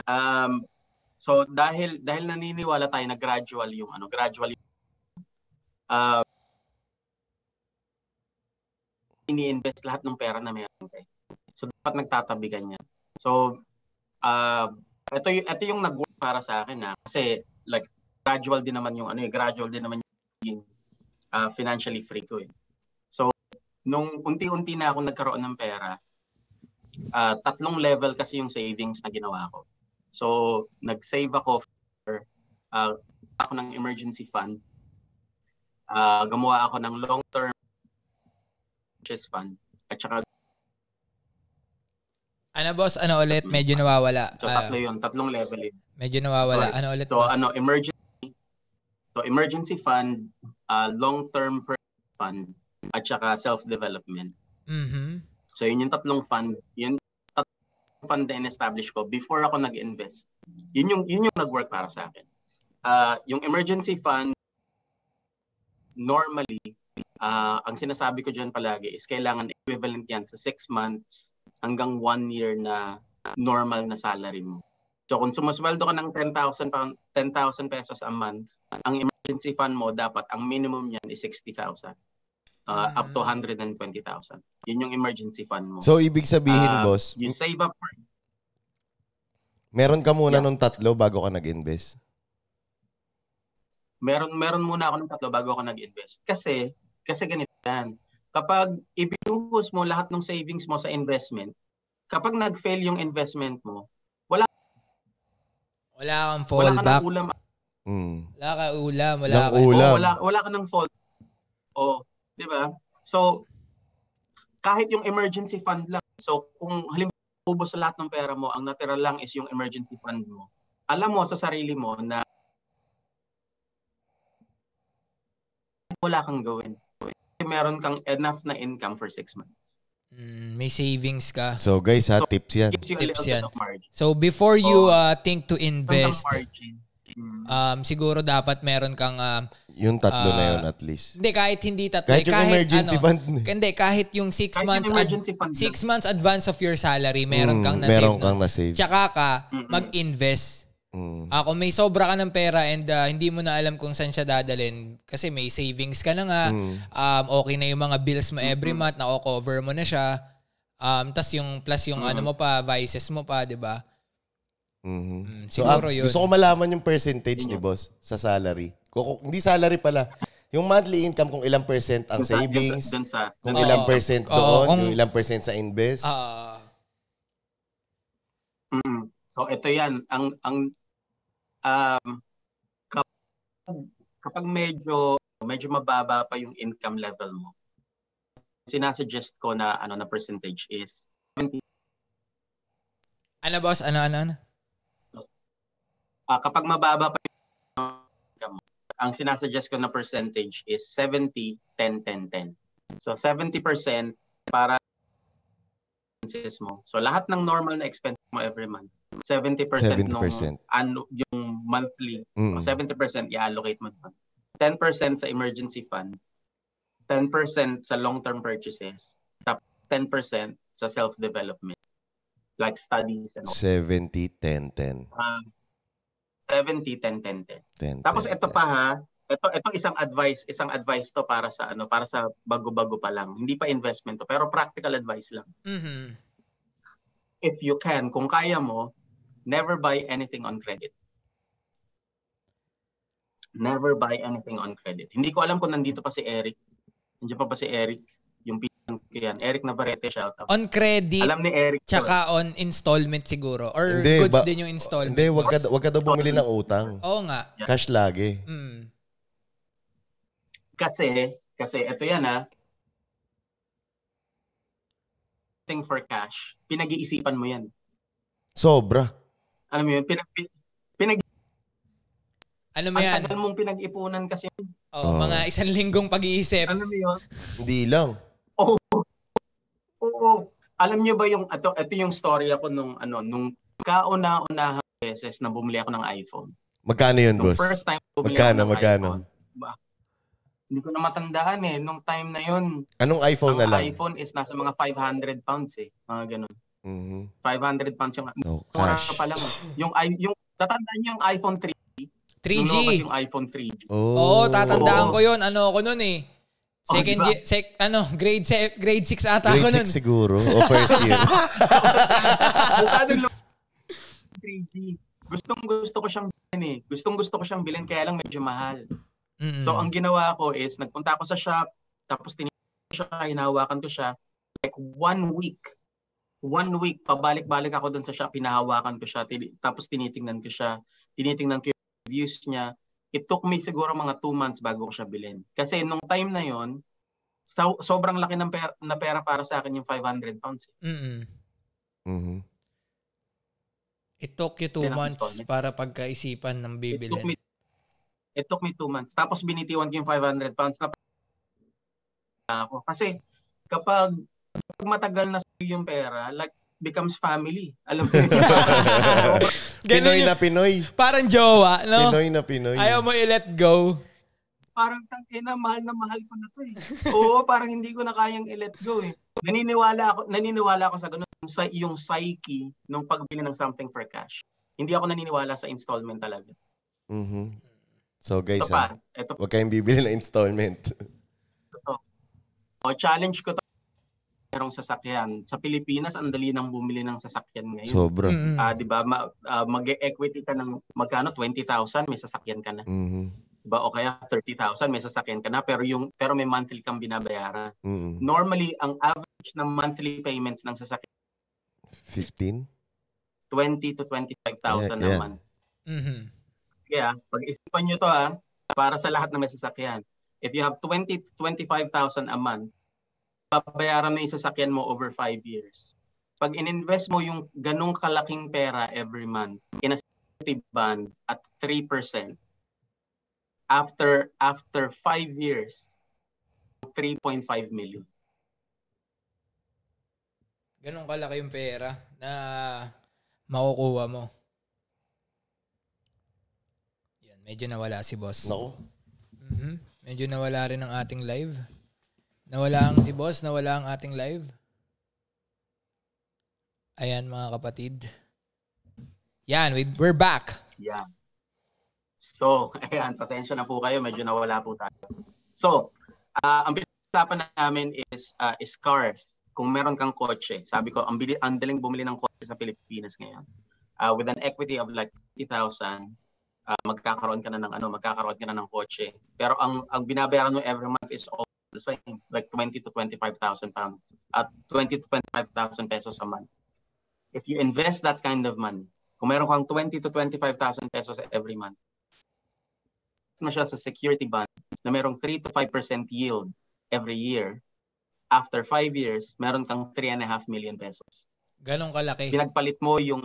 Speaker 3: Um, so, dahil dahil naniniwala tayo na gradual yung ano, gradual yung uh, ini-invest lahat ng pera na meron ka. eh. So, dapat nagtatabi ka niya. So, uh, ito, y- ito yung nag-work ah, para sa akin na kasi like gradual din naman yung ano eh, gradual din naman yung uh, financially free ko eh. So, nung unti-unti na ako nagkaroon ng pera, uh, tatlong level kasi yung savings na ginawa ko. So, nag-save ako for, uh, ako ng emergency fund. Uh, gumawa ako ng long-term purchase fund. At saka,
Speaker 1: Ano boss, ano ulit? Medyo nawawala.
Speaker 3: so
Speaker 1: Ah,
Speaker 3: tatlo yun, tatlong level yun.
Speaker 1: medyo nawawala. Ano ulit
Speaker 3: So,
Speaker 1: boss?
Speaker 3: ano, emergency, so emergency fund, uh, long-term purchase fund, at saka self-development.
Speaker 1: Mhm.
Speaker 3: So yun yung tatlong fund, yun tatlong fund na in-establish ko before ako nag-invest. Yun yung yun yung nag-work para sa akin. Ah, yung emergency fund normally ah, ang sinasabi ko diyan palagi is kailangan equivalent yan sa 6 months hanggang 1 year na normal na salary mo. So kung sumasweldo ka ng 10,000 pound 10,000 pesos a month, ang emergency fund mo dapat ang minimum niyan is 60,000. ah, up to 120,000 yun yung emergency fund mo.
Speaker 2: So, ibig sabihin,
Speaker 3: Ah,
Speaker 2: boss,
Speaker 3: you save up for,
Speaker 2: meron ka muna
Speaker 3: Yeah.
Speaker 2: nung tatlo bago ka nag-invest?
Speaker 3: meron meron muna ako ng tatlo bago ako nag-invest. Kasi kasi ganito yan. Kapag ibinuhos mo lahat ng savings mo sa investment, kapag nag-fail yung investment mo,
Speaker 1: Wala kang
Speaker 3: wala ka
Speaker 1: fallback.
Speaker 3: ng ulam.
Speaker 2: Mm.
Speaker 1: Wala ka ulam. Wala
Speaker 2: Walang
Speaker 1: ka.
Speaker 2: ulam.
Speaker 3: Oo, Oh, wala wala ka ng fault. Oh, 'di ba? So kahit yung emergency fund lang. So kung halimbawa ubos sa lahat ng pera mo, ang natira lang is yung emergency fund mo. Alam mo sa sarili mo na wala kang gawin. Meron kang enough na income for six months.
Speaker 1: Mm, may savings ka.
Speaker 2: So, guys, ha, tips yan.
Speaker 3: Gives you a
Speaker 1: Tips
Speaker 3: little
Speaker 1: yan.
Speaker 3: bit of margin.
Speaker 1: So before you
Speaker 3: Oo.
Speaker 1: uh, think to
Speaker 3: Little
Speaker 1: invest,
Speaker 3: margin. Mm.
Speaker 1: um, siguro dapat meron kang um,
Speaker 2: Yung tatlo na
Speaker 1: Ah,
Speaker 2: yun at least.
Speaker 1: hindi kahit hindi tatlo,
Speaker 2: Kahit
Speaker 1: kahit,
Speaker 2: yung emergency
Speaker 1: ano,
Speaker 2: fund.
Speaker 1: Hindi, kahit yung 6
Speaker 3: Kahit yung
Speaker 1: months ad-
Speaker 3: emergency fund
Speaker 1: six months advance of your salary, meron
Speaker 2: Mm,
Speaker 1: kang na
Speaker 2: Meron kang na-save.
Speaker 1: Tsaka ka
Speaker 3: Mm-mm.
Speaker 1: mag-invest.
Speaker 2: Mm.
Speaker 1: Ako may sobra ka ng pera and ah, hindi mo na alam kung saan siya dadalhin kasi may savings ka na nga.
Speaker 2: Mm.
Speaker 1: Um, okay na yung mga bills mo every month, nako-cover mo na siya. Um, tas yung plus yung ano mo pa, vices mo pa, 'di ba?
Speaker 2: Mhm.
Speaker 1: Mm,
Speaker 2: So,
Speaker 1: siguro
Speaker 2: ah,
Speaker 1: yun.
Speaker 2: Gusto ko malaman yung percentage ni boss sa salary. Kung, kung- hindi salary pala. Yung monthly income, kung ilang percent ang
Speaker 3: Dun sa- dun sa-
Speaker 2: savings,
Speaker 3: dun sa-
Speaker 2: kung
Speaker 3: dun sa-
Speaker 2: ilang percent
Speaker 1: Oo,
Speaker 2: doon,
Speaker 1: kung-
Speaker 2: yung ilang percent sa invest.
Speaker 1: Ah,
Speaker 3: Mm. So ito 'yan ang ang um kapag, kapag medyo medyo mababa pa yung income level mo. Sinasuggest ko na ano na percentage is
Speaker 1: ano boss? Ano ano? ano?
Speaker 3: ah, kapag mababa pa yung income mo, ang sinasuggest ko na percentage is 70 10 10 10. So 70% para expenses mo. So lahat ng normal na expense mo every month. 70%, 70%. nung
Speaker 2: 70%.
Speaker 3: ano yung monthly
Speaker 2: Mm.
Speaker 3: So 70% i-allocate mo doon. 10% sa emergency fund, 10% sa long-term purchases, tapos 10% sa self-development, like studies and all.
Speaker 2: 70, 10, 10,
Speaker 3: Uh, 70, 10,
Speaker 2: 10.
Speaker 3: 10, 10. Tapos ito pa ha, ito, ito isang advice, isang advice to para sa ano, para sa bago-bago pa lang. Hindi pa investment to, pero practical advice lang.
Speaker 1: Mhm.
Speaker 3: If you can, kung kaya mo, never buy anything on credit. Never buy anything on credit. Hindi ko alam kung nandito pa si Eric. Nandiyan pa ba si Eric? Yung pinsan ko yan. Eric Navarrete, shout out.
Speaker 1: On credit
Speaker 3: Alam ni Eric. to.
Speaker 1: tsaka on installment siguro or
Speaker 2: Hindi,
Speaker 1: goods
Speaker 2: ba-
Speaker 1: din yung installment.
Speaker 2: Hindi, wag ka, wag ka daw bumili ng utang.
Speaker 1: Oo nga.
Speaker 2: Cash lagi.
Speaker 1: Mm.
Speaker 3: Kasi, kasi ito yan ah. ha. Thing for cash. Pinag-iisipan mo yan.
Speaker 2: Sobra.
Speaker 3: Alam mo yun? Pinag- pin- pinag-
Speaker 1: Ano mo
Speaker 3: ang
Speaker 1: yan?
Speaker 3: tagal mong pinag-ipunan kasi.
Speaker 1: Oh,
Speaker 2: Oo.
Speaker 1: Mga isang linggong pag-iisip.
Speaker 3: Alam mo yun?
Speaker 2: Hindi lang.
Speaker 3: Oo. Alam niyo ba yung ito, ito yung story ako nung ano nung kauna-unahang beses na bumili ako ng iPhone.
Speaker 2: Magkano yun,
Speaker 3: Nung
Speaker 2: boss?
Speaker 3: first time bumili
Speaker 2: Magkano,
Speaker 3: ako ng
Speaker 2: magkano?
Speaker 3: iPhone. Ba- Hindi ko na matandaan eh nung time na yun.
Speaker 2: Anong iPhone na
Speaker 3: ang
Speaker 2: lang?
Speaker 3: iPhone is nasa mga 500 pounds eh. Mga ganun.
Speaker 2: Mhm.
Speaker 3: 500 pounds yung
Speaker 2: So,
Speaker 3: mura
Speaker 2: cash.
Speaker 3: pa lang. eh. Yung i- yung tatandaan niyo yung iPhone 3.
Speaker 1: 3G.
Speaker 3: Lumabas yung iPhone 3G.
Speaker 1: Oo,
Speaker 2: Oh.
Speaker 1: tatandaan
Speaker 3: Oo.
Speaker 1: ko yun. Ano ako nun eh.
Speaker 3: Oh,
Speaker 1: Second
Speaker 3: diba?
Speaker 1: year, sec, ano, grade, se, grade 6 ata ako
Speaker 2: Grade
Speaker 1: nun.
Speaker 2: 6 siguro. O first year.
Speaker 3: Bukado lang 3G. Gustong gusto ko siyang bilhin eh. Gustong gusto ko siyang bilhin kaya lang medyo mahal.
Speaker 1: Mm-mm.
Speaker 3: So ang ginawa ko is nagpunta ako sa shop, tapos tinignan ko siya, hinahawakan ko siya. Like one week, one week, pabalik-balik ako dun sa shop, hinahawakan ko siya, tin- tapos tinitingnan ko siya, tinitingnan ko yung reviews niya. It took me siguro mga two months bago ko siya bilhin. Kasi nung time na yon, so- sobrang laki ng pera, na pera para sa akin yung 500 pounds.
Speaker 1: Mm-mm.
Speaker 2: Mhm.
Speaker 1: It took you two
Speaker 3: Yan ang
Speaker 1: months
Speaker 3: installment.
Speaker 1: para pagkaisipan ng
Speaker 3: It took
Speaker 1: bibilhin.
Speaker 3: me, it took me two months. Tapos binitiwan ko yung 500 pounds na ako. Kasi kapag kapag matagal na sa'yo yung pera, like becomes family. Alam mo yun?
Speaker 1: Ganun
Speaker 2: Pinoy na
Speaker 1: yun.
Speaker 2: Pinoy.
Speaker 1: Parang jowa, no?
Speaker 2: Pinoy na Pinoy.
Speaker 1: Ayaw mo i-let go.
Speaker 3: parang tangke na, mahal na mahal ko na to eh. Oo, parang hindi ko na kayang i-let go eh. Naniniwala ako, naniniwala ako sa ganun yung sa yung psyche nung pagbili ng something for cash. Hindi ako naniniwala sa installment talaga.
Speaker 2: Mhm. So guys,
Speaker 3: Ito
Speaker 2: ha,
Speaker 3: pa, ito
Speaker 2: huwag kayong bibili ng installment.
Speaker 3: O, challenge ko to. Merong sasakyan. Sa Pilipinas, ang dali nang bumili ng sasakyan ngayon.
Speaker 2: Sobra.
Speaker 1: Mm-mm.
Speaker 3: Ah, 'di ba? Ma- ah, mag-equity ka ng magkano 20,000 may sasakyan ka na.
Speaker 1: Mm.
Speaker 2: Mhm.
Speaker 3: 'Di ba? O kaya 30,000 may sasakyan ka na pero yung pero may monthly kang binabayaran.
Speaker 2: Mhm.
Speaker 3: Normally, ang average ng monthly payments ng sasakyan
Speaker 2: 15?
Speaker 3: 20 to
Speaker 2: Yeah, yeah.
Speaker 3: 25,000 a month.
Speaker 1: Mhm.
Speaker 3: Kaya ah. pag-isipan niyo to ha, para sa lahat na may sasakyan. If you have 20 to 25,000 a month, babayaran mo yung sasakyan mo over 5 years. Pag ininvest mo yung ganong kalaking pera every month in a safety bond at 3%, after after 5 years, 3.5 million.
Speaker 1: Ganun kalaki yung pera na makukuha mo. Yan, medyo nawala si boss.
Speaker 2: Nako.
Speaker 1: Mhm. Medyo nawala rin ang ating live. Nawala ang si boss, nawala ang ating live. Ayan mga kapatid. Yan, we- we're back.
Speaker 3: Yeah. So, ayan, pasensya na po kayo, medyo nawala po tayo. So, ah, ang pinag-usapan namin is ah, is cars. Kung meron kang kotse, sabi ko, ang, bili, ang daling bumili ng kotse sa Pilipinas ngayon. Ah, with an equity of like 50,000, ah, magkakaroon ka na ng ano, magkakaroon ka na ng kotse. Pero ang ang binabayaran mo every month is all the same, like 20 to 25,000 pounds at 20 to 25,000 pesos a month. If you invest that kind of money, kung meron kang 20 to 25,000 pesos every month, invest mo siya sa security bond na merong 3 to 5% yield every year. After 5 years, meron kang 3.5 million pesos.
Speaker 1: Ganun
Speaker 3: Eh.
Speaker 1: kalaki.
Speaker 3: Pinagpalit mo yung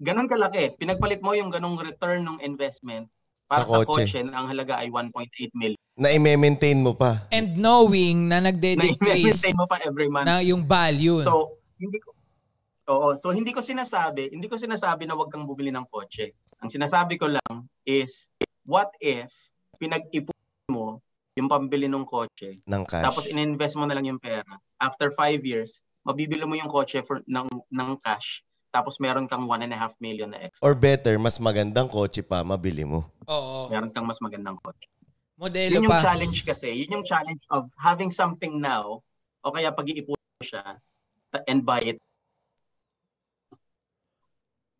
Speaker 3: ganun kalaki. Pinagpalit mo yung ganung return ng investment para
Speaker 2: Sa
Speaker 3: sa
Speaker 2: kotse.
Speaker 3: kotse, na ang halaga ay 1.8 million.
Speaker 2: Na i-maintain mo pa.
Speaker 1: And knowing na
Speaker 3: Na
Speaker 1: nagde-decrease
Speaker 3: i-maintain mo pa every month.
Speaker 1: na yung value.
Speaker 3: So, hindi ko Oo, so hindi ko sinasabi, hindi ko sinasabi na wag kang bumili ng kotse. Ang sinasabi ko lang is what if pinag-ipon mo yung pambili ng kotse
Speaker 2: Ng cash.
Speaker 3: tapos ininvest mo na lang yung pera. After five years, mabibili mo yung kotse for ng ng cash tapos meron kang one and a half million na extra.
Speaker 2: Or better, mas magandang kotse pa, mabili mo.
Speaker 1: Oo.
Speaker 3: Meron kang mas magandang kotse.
Speaker 1: Modelo
Speaker 3: Yun yung
Speaker 1: pa.
Speaker 3: challenge kasi. Yun yung challenge of having something now o kaya pag-iipon mo siya ta- and buy it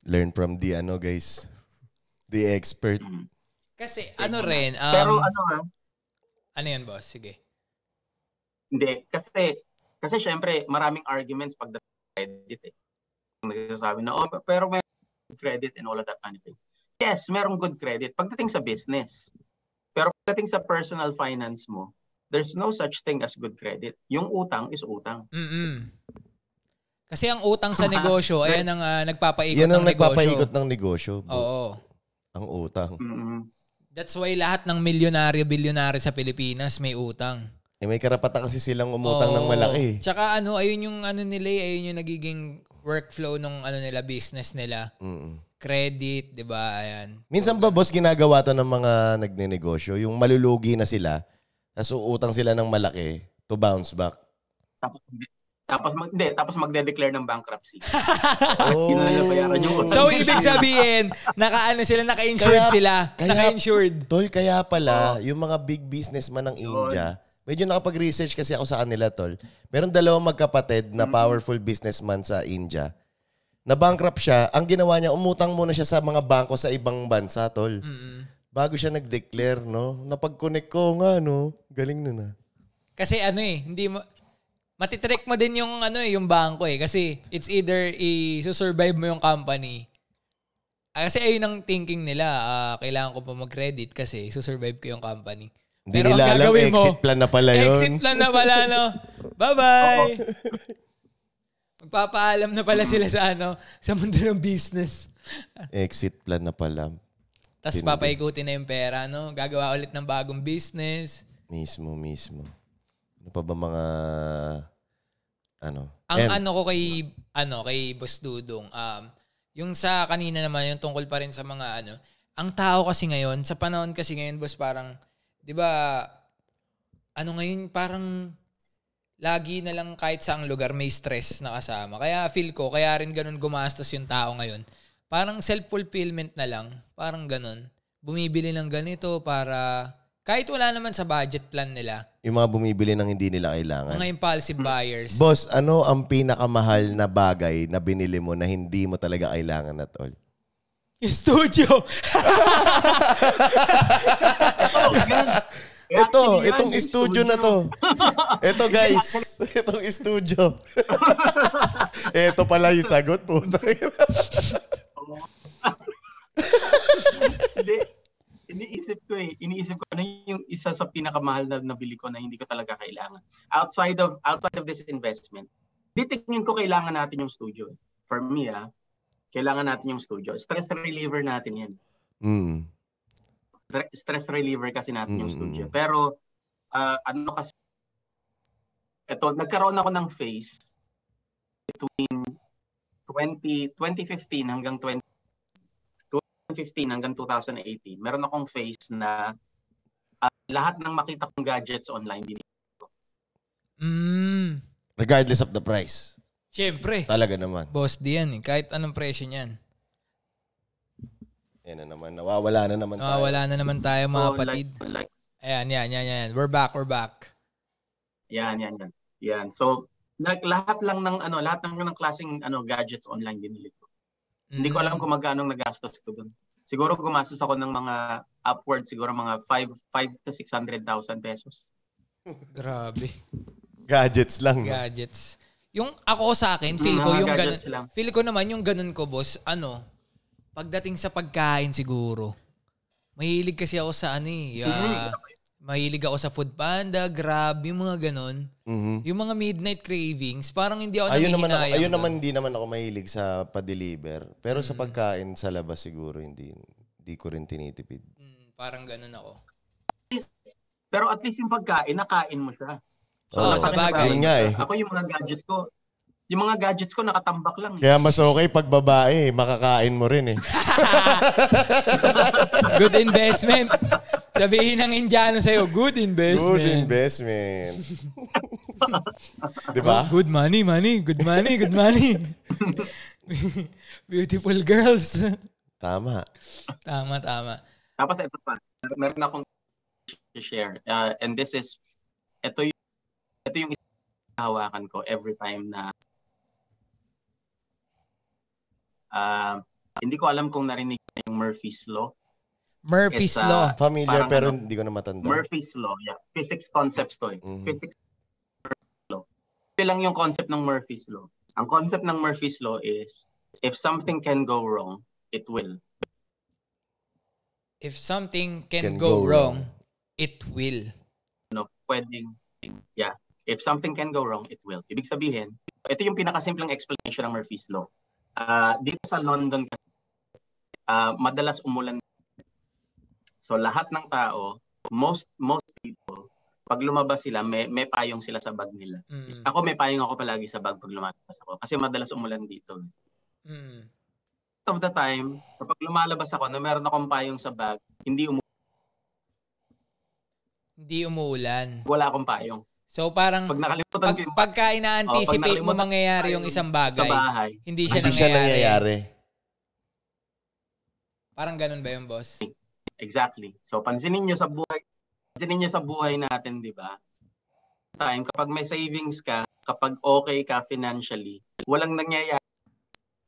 Speaker 2: Learn from the ano guys. The expert.
Speaker 1: Kasi ano rin, um,
Speaker 3: Pero ano ha,
Speaker 1: ano yan boss? Sige.
Speaker 3: hindi kasi kasi syempre maraming arguments pag credit eh. Nagsasabi na oh pero may credit and all of that kind of thing. Yes, merong good credit pagdating sa business. Pero pagdating sa personal finance mo, there's no such thing as good credit. Yung utang is utang.
Speaker 1: Mm-mm. Kasi ang utang sa negosyo, ayan ang ah, nagpapaikot
Speaker 2: Yan ang
Speaker 1: ng negosyo.
Speaker 2: nagpapaikot ng negosyo. bro.
Speaker 1: Oo.
Speaker 2: Ang utang.
Speaker 3: Mm-mm.
Speaker 1: That's why lahat ng milyonaryo, bilyonaryo sa Pilipinas may utang.
Speaker 2: Eh, may karapatan kasi silang umutang ng
Speaker 1: Oo.
Speaker 2: malaki.
Speaker 1: Tsaka ano, ayun yung ano nila, eh, ayun yung nagiging workflow ng ano nila, business nila.
Speaker 2: Mm.
Speaker 1: Credit, 'di ba? Ayan.
Speaker 2: Minsan ba, boss, ginagawa to ng mga nagnenegosyo? Yung malulugi na sila, tapos uutang sila ng malaki to bounce back.
Speaker 3: Tapos tapos mag, hindi, tapos magde-declare ng bankruptcy.
Speaker 2: oh.
Speaker 3: Yun na nabayaran yung utang.
Speaker 1: So ibig sabihin, nakaano sila, naka-insured
Speaker 2: Kaya-
Speaker 1: sila.
Speaker 2: kaya-
Speaker 1: naka-insured.
Speaker 2: Tol, kaya
Speaker 3: Oh.
Speaker 2: pala, yung mga big businessman ng India, medyo nakapag-research kasi ako sa kanila, Tol. Meron dalawang magkapatid na
Speaker 3: Mm.
Speaker 2: powerful businessman sa India. Na bankrupt siya, ang ginawa niya, umutang muna siya sa mga bangko sa ibang bansa, Tol.
Speaker 1: Mm-mm.
Speaker 2: bago siya nag-declare, no? Napag-connect ko nga, no? Galing nun, ah.
Speaker 1: Kasi ano eh, hindi mo matitrek mo din yung ano eh, yung bangko eh kasi it's either i-survive mo yung company. Ah, Kasi ayun ang thinking nila, ah, kailangan ko pa mag-credit kasi susurvive ko yung company.
Speaker 2: Hindi
Speaker 1: ang
Speaker 2: nila alam,
Speaker 1: gagawin mo,
Speaker 2: exit plan na pala yun.
Speaker 1: Exit plan na pala, no? Bye-bye! Magpapaalam na pala sila sa ano, sa mundo ng business.
Speaker 2: Exit plan na pala.
Speaker 1: Tapos papaikutin na yung pera, no? Gagawa ulit ng bagong business.
Speaker 2: Mismo, mismo. Ano pa ba mga... Ano?
Speaker 1: Ang
Speaker 2: Eh,
Speaker 1: ano ko kay ano kay Boss Dudong, um, yung sa kanina naman yung tungkol pa rin sa mga ano, ang tao kasi ngayon sa panahon kasi ngayon boss parang 'di ba ano ngayon parang lagi na lang kahit saang lugar may stress na kasama. Kaya feel ko kaya rin ganun gumastos yung tao ngayon. Parang self-fulfillment na lang, parang ganun. Bumibili ng ganito para kahit wala naman sa budget plan nila,
Speaker 2: yung mga bumibili ng hindi nila kailangan.
Speaker 1: mga impulsive buyers.
Speaker 2: Boss, ano ang pinakamahal na bagay na binili mo na hindi mo talaga kailangan at all?
Speaker 1: Yung studio.
Speaker 3: Oh, yan. Kaya
Speaker 2: Ito,
Speaker 3: actually,
Speaker 2: itong
Speaker 3: yan, yung
Speaker 2: studio na to. Ito guys, itong studio. Ito pala yung sagot po.
Speaker 3: Hindi. Iniisip ko eh. Iniisip ko na yung isa sa pinakamahal na nabili ko na hindi ko talaga kailangan. Outside of outside of this investment, titingin ko kailangan natin yung studio. eh. For me ah, kailangan natin yung studio. Stress reliever natin yan.
Speaker 2: mm.
Speaker 3: Stre- Stress reliever kasi natin yung
Speaker 2: Mm,
Speaker 3: studio.
Speaker 2: mm.
Speaker 3: Pero ah, ano kasi eto nagkaroon ako ng phase between 20 2015 hanggang 20 2015 hanggang 2018, meron akong phase na ah, lahat ng makita kong gadgets online binili.
Speaker 1: Mm.
Speaker 2: Regardless of the price.
Speaker 1: Siyempre.
Speaker 2: Talaga naman.
Speaker 1: Boss diyan eh. Kahit anong presyo niyan.
Speaker 2: Yan na naman. Nawawala na naman tayo.
Speaker 1: Nawawala Ah, na naman tayo mga
Speaker 3: So,
Speaker 1: patid.
Speaker 3: Like, like,
Speaker 1: Ayan, yan, yan, yan. We're back, we're back.
Speaker 3: yan, yan, yan. Yan. So, like, lahat lang ng ano, lahat ng ng klaseng ano gadgets online binili ko. Hindi ko alam
Speaker 1: Mm.
Speaker 3: kung magkano ang nagastos ko doon. Siguro gumastos ako ng mga upward siguro mga 5 5 to 600,000 pesos.
Speaker 1: Grabe.
Speaker 2: Gadgets lang. no?
Speaker 1: Gadgets. Yung ako sa akin, feel
Speaker 3: Mm,
Speaker 1: ko
Speaker 3: mga
Speaker 1: yung ganun.
Speaker 3: gadgets lang.
Speaker 1: Feel ko naman yung ganun ko, boss. Ano? Pagdating sa pagkain siguro. Mahilig kasi ako sa ano eh. ah,
Speaker 3: Mm-hmm.
Speaker 1: mahilig ako sa food panda, grab, yung mga ganun.
Speaker 2: Mhm.
Speaker 1: Yung mga midnight cravings, parang hindi ako
Speaker 2: Ayun naman ako,
Speaker 1: nanghihinayang
Speaker 2: ayun
Speaker 1: doon.
Speaker 2: naman hindi naman ako mahilig sa pa-deliver. Pero
Speaker 1: Mm.
Speaker 2: sa pagkain sa labas siguro hindi hindi ko rin tinitipid.
Speaker 1: Mm, parang ganun ako.
Speaker 3: Pero at least yung pagkain, nakain mo siya.
Speaker 1: Oo, sa
Speaker 3: nasa akin na
Speaker 1: bagay.
Speaker 3: parang-
Speaker 2: Yun nga eh.
Speaker 3: Ako yung mga gadgets ko, yung mga gadgets ko nakatambak lang. eh.
Speaker 2: Kaya mas okay pag babae, eh, makakain mo rin eh.
Speaker 1: Good investment. Sabihin ng Indiano sa'yo, good investment.
Speaker 2: Good investment. Di
Speaker 1: Oh,
Speaker 2: ba?
Speaker 1: good money, money. Good money, good money. Beautiful girls.
Speaker 2: Tama.
Speaker 1: tama, tama.
Speaker 3: Tapos ito pa, mer- meron akong share. Uh, and this is, ito yung, ito yung isang hawakan ko every time na Ah, hindi ko alam kung narinig niyo yung Murphy's Law.
Speaker 1: Murphy's
Speaker 3: It's,
Speaker 1: Law.
Speaker 3: uh,
Speaker 2: Familiar
Speaker 3: Parang
Speaker 2: pero
Speaker 3: ano?
Speaker 2: hindi ko na matanda.
Speaker 3: Murphy's Law, yeah. Physics concepts to eh.
Speaker 2: Mhm.
Speaker 3: Physics Murphy's Law. Ito lang yung concept ng Murphy's Law. Ang concept ng Murphy's Law is, if something can go wrong, it will.
Speaker 1: If something
Speaker 2: Can
Speaker 1: can, go,
Speaker 2: go
Speaker 1: wrong, it will.
Speaker 3: no, pwedeng, yeah, if something can go wrong, it will. Ibig sabihin, ito yung pinakasimpleng explanation ng Murphy's Law. Ah, dito sa London, kasi, ah, madalas umulan. So lahat ng tao, most most people, pag lumabas sila, may, may payong sila sa bag nila.
Speaker 1: Mm,
Speaker 3: Ako may payong ako palagi sa bag pag lumalabas ako kasi madalas umulan dito.
Speaker 1: mm.
Speaker 3: Most of the time, kapag lumalabas ako na meron akong payong sa bag, hindi umulan,
Speaker 1: Hindi umuulan.
Speaker 3: wala akong payong.
Speaker 1: So parang
Speaker 3: Pag nakalimutan
Speaker 1: pag,
Speaker 3: ko yung
Speaker 1: pagka ina-anticipate mo
Speaker 3: Oh, pag nakalimutan
Speaker 1: mangyayari yung
Speaker 3: tayo
Speaker 1: isang
Speaker 3: sa
Speaker 1: bagay,
Speaker 3: bahay,
Speaker 1: hindi siya
Speaker 2: Hindi
Speaker 1: nangyayari.
Speaker 2: siya nangyayari.
Speaker 1: Parang ganun ba yung boss?
Speaker 3: Exactly. So pansinin niyo sa buhay, pansinin niyo sa buhay natin, 'di ba? Time kapag may savings ka, kapag okay ka financially, walang nangyayari.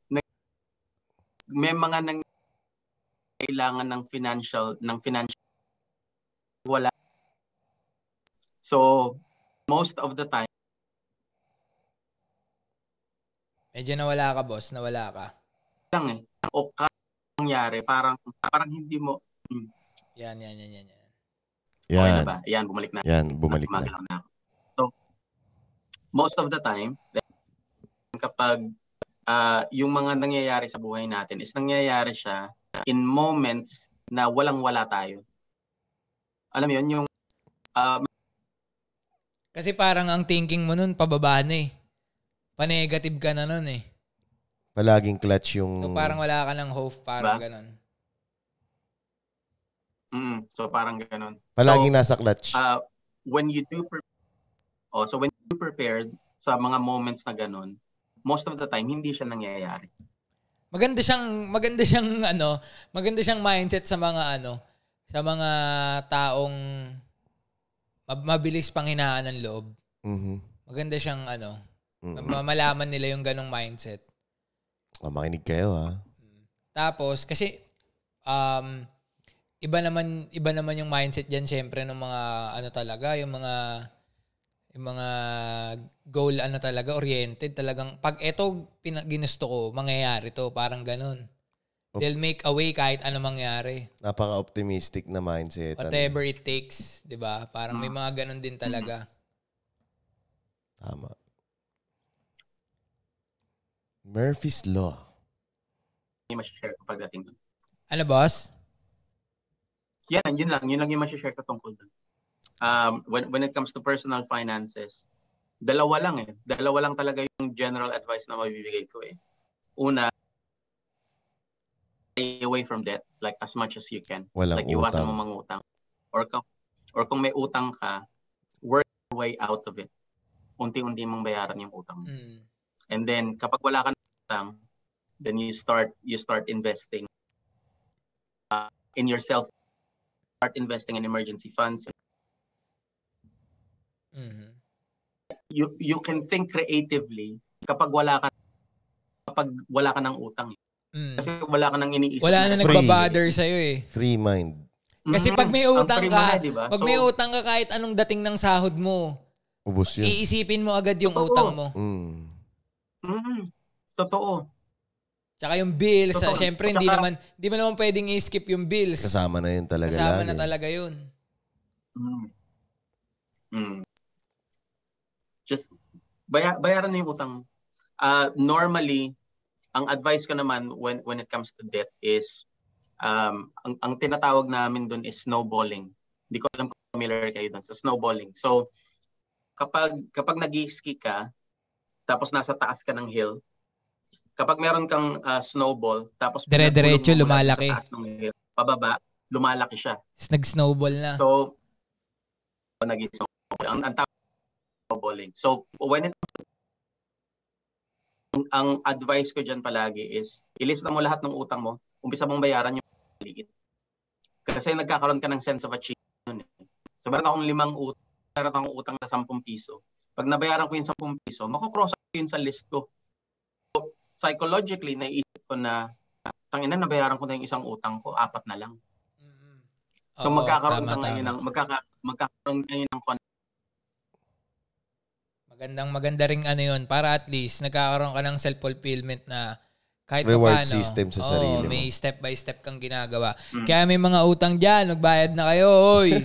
Speaker 3: Nag- May mga nang kailangan ng financial ng financial wala. So most of the time
Speaker 1: Medyo nawala ka, boss. Nawala ka.
Speaker 3: lang eh o kaya nangyari parang parang hindi mo
Speaker 1: Yan, yan, yan, yan. yan.
Speaker 3: okay
Speaker 2: Yan.
Speaker 3: na ba? Ayan, bumalik na.
Speaker 2: Yan, bumalik na.
Speaker 3: Gumagalaw na ako. So, most of the time, kapag ah, yung mga nangyayari sa buhay natin is nangyayari siya in moments na walang-wala tayo. Alam mo yun, yung ah,
Speaker 1: Kasi parang ang thinking mo nun, pababa na eh. Panegative ka na nun eh.
Speaker 2: Palaging clutch yung...
Speaker 1: So parang wala ka ng hope, parang
Speaker 3: Diba?
Speaker 1: ganun.
Speaker 3: mm, so parang ganun.
Speaker 2: palaging nasa clutch.
Speaker 3: uh, when you do pre- oh, so when you prepared sa mga moments na ganun, most of the time hindi siya nangyayari.
Speaker 1: Maganda siyang maganda siyang ano, maganda siyang mindset sa mga ano, sa mga taong mab- mabilis panghinaan ng loob.
Speaker 2: Mhm.
Speaker 1: Maganda siyang ano,
Speaker 2: Mhm.
Speaker 1: mamalaman nila yung ganong mindset.
Speaker 2: Ah, makinig kayo ha.
Speaker 1: Tapos kasi um iba naman iba naman yung mindset diyan syempre ng mga ano talaga yung mga yung mga goal ano talaga oriented talagang pag eto pina- ginusto ko mangyayari to parang ganun. They'll make a way kahit ano mangyari.
Speaker 2: Napaka-optimistic na mindset. ano.
Speaker 1: Whatever it takes, 'di ba? Parang
Speaker 3: Mm.
Speaker 1: may mga ganun
Speaker 3: Mm-hmm.
Speaker 1: din talaga.
Speaker 2: Tama. Murphy's Law.
Speaker 3: Hindi masashare ko pagdating doon.
Speaker 1: Ano boss?
Speaker 3: Yan, yun lang. Yun lang yung masashare ko tungkol doon. Um, when, when it comes to personal finances, dalawa lang eh. Dalawa lang talaga yung general advice na mabibigay ko eh. Una, stay away from debt like as much as you can.
Speaker 2: Walang
Speaker 3: like iwasan mo
Speaker 2: utang.
Speaker 3: mga utang. Or, kung, or kung may utang ka, work your way out of it. Unti-unti mong bayaran yung utang. mo.
Speaker 1: Mm.
Speaker 3: And then kapag wala ka ng utang, then you start you start investing uh, in yourself. Start investing in emergency funds.
Speaker 1: Mhm.
Speaker 3: You you can think creatively kapag wala ka kapag wala ka ng utang.
Speaker 1: Mm.
Speaker 3: Kasi wala ka nang iniisip.
Speaker 1: Wala na
Speaker 2: Free.
Speaker 1: nagbabother sa eh.
Speaker 2: Free mind.
Speaker 1: Kasi pag may utang
Speaker 3: Mm-hmm. Ang
Speaker 1: ka,
Speaker 3: prima na, diba?
Speaker 1: Pag
Speaker 3: So,
Speaker 1: may utang ka kahit anong dating ng sahod mo,
Speaker 2: Ubus yun.
Speaker 1: iisipin mo agad yung
Speaker 3: Oo.
Speaker 1: utang mo.
Speaker 2: Mm.
Speaker 3: mm, totoo.
Speaker 1: Tsaka yung bills, ah,
Speaker 3: Totoo.
Speaker 1: syempre hindi
Speaker 3: Tsaka-
Speaker 1: naman hindi mo naman pwedeng i-skip yung bills.
Speaker 2: Kasama na yun talaga.
Speaker 1: Kasama na
Speaker 2: lagi.
Speaker 1: talaga 'yun.
Speaker 3: Mm. Mm. Just baya, bayaran na yung utang. Uh, normally, ang advice ko naman when when it comes to debt is um, ang, ang tinatawag namin dun is snowballing. Hindi ko alam kung familiar kayo dun. So, snowballing. So, kapag kapag nag ski ka, tapos nasa taas ka ng hill, kapag meron kang uh, snowball, tapos
Speaker 1: Dire-diretso,
Speaker 3: pinagulong mo mula
Speaker 1: lumalaki.
Speaker 3: Sa taas ng hill, pababa, lumalaki siya.
Speaker 1: Tapos Nag-snowball na.
Speaker 3: So, naging snowball. Ang, ang tawag snowballing. So, when it ang, ang advice ko dyan palagi is, ilista mo lahat ng utang mo, umpisa mong bayaran yung maliit. Kasi nagkakaroon ka ng sense of achievement. nun eh. So, meron akong limang utang, meron akong utang na 10 piso. Pag nabayaran ko yung 10 piso, makukross ko yun sa list ko. So, psychologically, naisip ko na, tangina, nabayaran ko na yung isang utang ko, apat na lang.
Speaker 1: Mm-mm.
Speaker 3: So
Speaker 1: Oo,
Speaker 3: magkakaroon
Speaker 1: tama,
Speaker 3: ka ngayon
Speaker 1: tama.
Speaker 3: ng magkaka magkakaroon kayo ng con-
Speaker 1: magandang maganda ring ano 'yun para at least nagkakaroon ka ng self-fulfillment na kahit
Speaker 2: Reward
Speaker 1: paano,
Speaker 2: system sa
Speaker 1: oo,
Speaker 2: sarili mo.
Speaker 1: may step by step kang ginagawa.
Speaker 3: Mm.
Speaker 1: Kaya may mga utang diyan, magbayad na kayo, oy.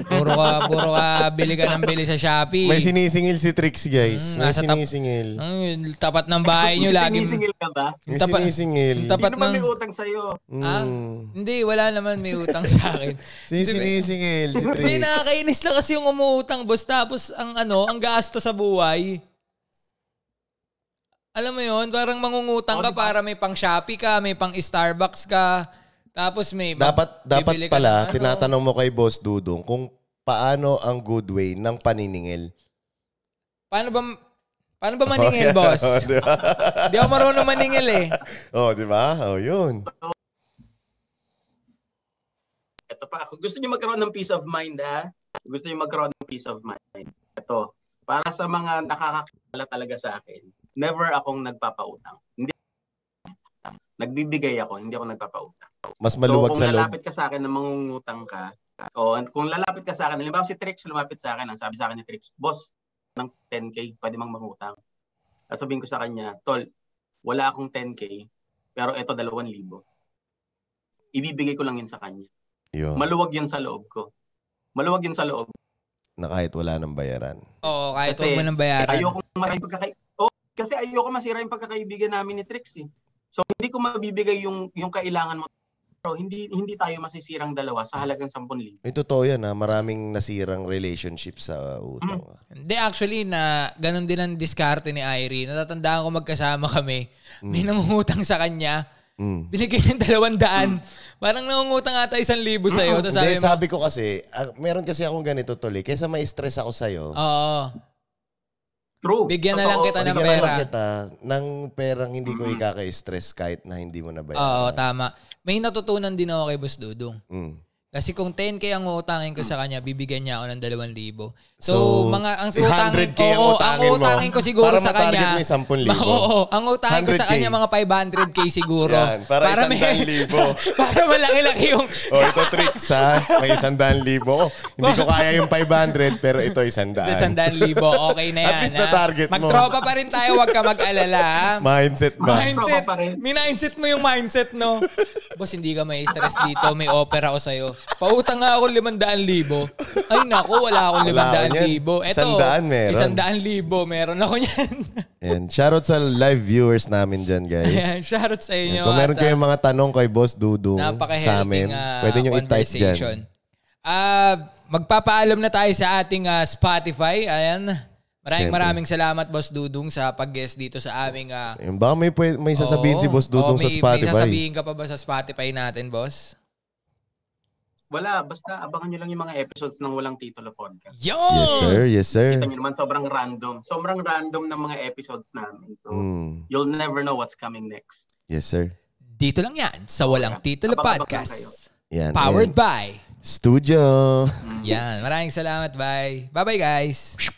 Speaker 1: puro ka, puro ka bili ka ng bili sa Shopee.
Speaker 2: May sinisingil si Trix, guys.
Speaker 1: Mm,
Speaker 2: May
Speaker 1: nasa tap-
Speaker 2: sinisingil.
Speaker 1: Ay, tapat ng bahay nyo lagi.
Speaker 3: Sinisingil ka ba?
Speaker 2: May
Speaker 1: tapa-
Speaker 2: sinisingil.
Speaker 1: yung tapa-
Speaker 3: Hindi
Speaker 1: Tapat
Speaker 3: naman
Speaker 1: ng-
Speaker 3: may utang sa iyo.
Speaker 2: Mm.
Speaker 1: Ah? Hindi, wala naman may utang sa akin.
Speaker 2: Sinisingil si Trix.
Speaker 1: Hindi, nakakainis lang kasi yung umuutang, boss. Tapos, ang ano, ang gasto sa buhay. Alam mo yon parang mangungutang ka para may pang Shopee ka, may pang Starbucks ka. Tapos may...
Speaker 2: Dapat dapat
Speaker 1: bibili ka ng
Speaker 2: pala
Speaker 1: ano.
Speaker 2: tinatanong mo kay Boss Dudong kung paano ang good way ng paniningil.
Speaker 1: Paano ba... Paano
Speaker 2: Oh,
Speaker 1: ba maningil, boss? Hindi ako marunong maningil eh.
Speaker 2: Oh, di ba? Oh, yun.
Speaker 3: Ito pa ako. Gusto niyo magkaroon ng peace of mind ha? Gusto niyo magkaroon ng peace of mind. Ito. Para sa mga nakakakilala talaga sa akin, never akong nagpapautang. Hindi. Nagbibigay ako, hindi ako nagpapautang.
Speaker 2: Mas maluwag
Speaker 3: so,
Speaker 2: sa
Speaker 3: kung
Speaker 2: loob.
Speaker 3: lalapit ka sa akin na mangungutang ka, o and kung lalapit ka sa akin, halimbawa si Trix lumapit sa akin, ang sabi sa akin ni Trix, boss, ng 10K, pwede mang mangutang. Sasabihin ko sa kanya, tol, wala akong 10K, pero eto 2,000. Ibibigay ko lang yun sa kanya.
Speaker 2: Yun.
Speaker 3: Maluwag yun sa loob ko. Maluwag yun sa loob.
Speaker 2: na kahit wala ng bayaran.
Speaker 1: Oo, kahit
Speaker 3: Kasi
Speaker 1: huwag mo nang bayaran.
Speaker 3: Ayoko masira yung pagkakai- Oh, kasi ayoko masira yung pagkakaibigan namin ni Trix eh. So hindi ko mabibigay yung yung kailangan mo. Pero hindi hindi tayo masisirang dalawa sa halagang 10,000.
Speaker 2: May totoo yan ha. Maraming nasirang relationship sa utang. ah.
Speaker 1: Hindi, actually, na ganun din ang diskarte ni Irene. Natatandaan ko magkasama kami. May
Speaker 2: Hmm.
Speaker 1: nangungutang sa kanya.
Speaker 2: Mm.
Speaker 1: Binigay ng dalawang daan. Parang nangungutang ata isang libo sa'yo. Tapos
Speaker 2: Hmm.
Speaker 1: sabi
Speaker 2: Hindi,
Speaker 1: mo,
Speaker 2: sabi ko kasi, ah, meron kasi akong ganito tuloy. Kesa ma-stress ako sa'yo,
Speaker 1: oo.
Speaker 3: True.
Speaker 1: Bigyan na lang kita Ah, ng
Speaker 2: bigyan na
Speaker 1: pera.
Speaker 2: lang kita ng perang hindi ko ikaka-stress kahit na hindi mo na
Speaker 1: Oo,
Speaker 2: bayaran.
Speaker 1: tama. May natutunan din ako kay Boss Dudong.
Speaker 2: Mm.
Speaker 1: Kasi kung 10k ang utangin ko sa kanya, bibigyan niya ako ng 2,000. So,
Speaker 2: Hmm. So,
Speaker 1: mga ang
Speaker 2: 100K ang
Speaker 1: oo,
Speaker 2: utangin mo.
Speaker 1: ang utangin ko siguro
Speaker 2: Para
Speaker 1: sa
Speaker 2: matarget
Speaker 1: kanya.
Speaker 2: mo yung 10,000.
Speaker 1: Ma- oo, ang utangin ko sa
Speaker 2: 100K.
Speaker 1: kanya mga 500k siguro.
Speaker 2: Yan, para, isang
Speaker 1: may-
Speaker 2: daan libo.
Speaker 1: para malaki-laki yung
Speaker 2: o, Oh, ito tricks ha. May isang daan libo. Oh, hindi ko kaya yung 500 pero ito isang
Speaker 1: isang
Speaker 2: daan.
Speaker 1: daan libo. Okay na yan.
Speaker 2: At least na-target mo.
Speaker 1: Magtropa pa rin tayo, huwag ka mag-alala. ha?
Speaker 2: Mindset ba?
Speaker 1: Mindset.
Speaker 3: Tropa pa rin.
Speaker 1: Minindset mo yung mindset, no? Boss, hindi ka may stress dito. May offer ako sa'yo. Pautang nga ako 500,000. Ay, naku, wala akong
Speaker 2: Wala
Speaker 1: 500,000.
Speaker 2: ako niyan.
Speaker 1: Eto,
Speaker 2: 100,000 meron.
Speaker 1: 100,000 meron ako niyan.
Speaker 2: Ayan. Shoutout sa live viewers namin dyan, guys.
Speaker 1: Ayan, shoutout sa inyo.
Speaker 2: Ayan. Kung meron
Speaker 1: at, ah,
Speaker 2: kayong mga tanong kay Boss Dudung sa amin,
Speaker 1: napaka-healthy uh,
Speaker 2: pwede nyo i-type
Speaker 1: conversation.
Speaker 2: dyan.
Speaker 1: Ah, magpapaalam na tayo sa ating ah, Spotify. Ayan. Maraming
Speaker 2: Siyempre.
Speaker 1: maraming salamat, Boss Dudung, sa pag-guest dito sa aming... ah,
Speaker 2: Ayan, Baka may, pwe- may sasabihin
Speaker 1: oo.
Speaker 2: si Boss Dudung
Speaker 1: Oo,
Speaker 2: sa
Speaker 1: may-
Speaker 2: Spotify.
Speaker 1: May sasabihin ka pa ba sa Spotify natin, Boss?
Speaker 3: Wala, basta abangan nyo lang yung mga episodes ng Walang Titulo Podcast.
Speaker 1: Yo!
Speaker 2: Yes, sir. Yes, sir.
Speaker 3: Kita nyo naman, sobrang random. Sobrang random ng mga episodes namin. So,
Speaker 2: Mm.
Speaker 3: you'll never know what's coming next.
Speaker 2: Yes, sir.
Speaker 1: Dito lang yan sa Walang Titulo
Speaker 3: Abang-abang lang
Speaker 1: Podcast.
Speaker 2: Yan.
Speaker 1: Powered
Speaker 2: and
Speaker 1: by.
Speaker 2: Studio.
Speaker 1: Yan. Maraming salamat. Bye. Bye-bye guys.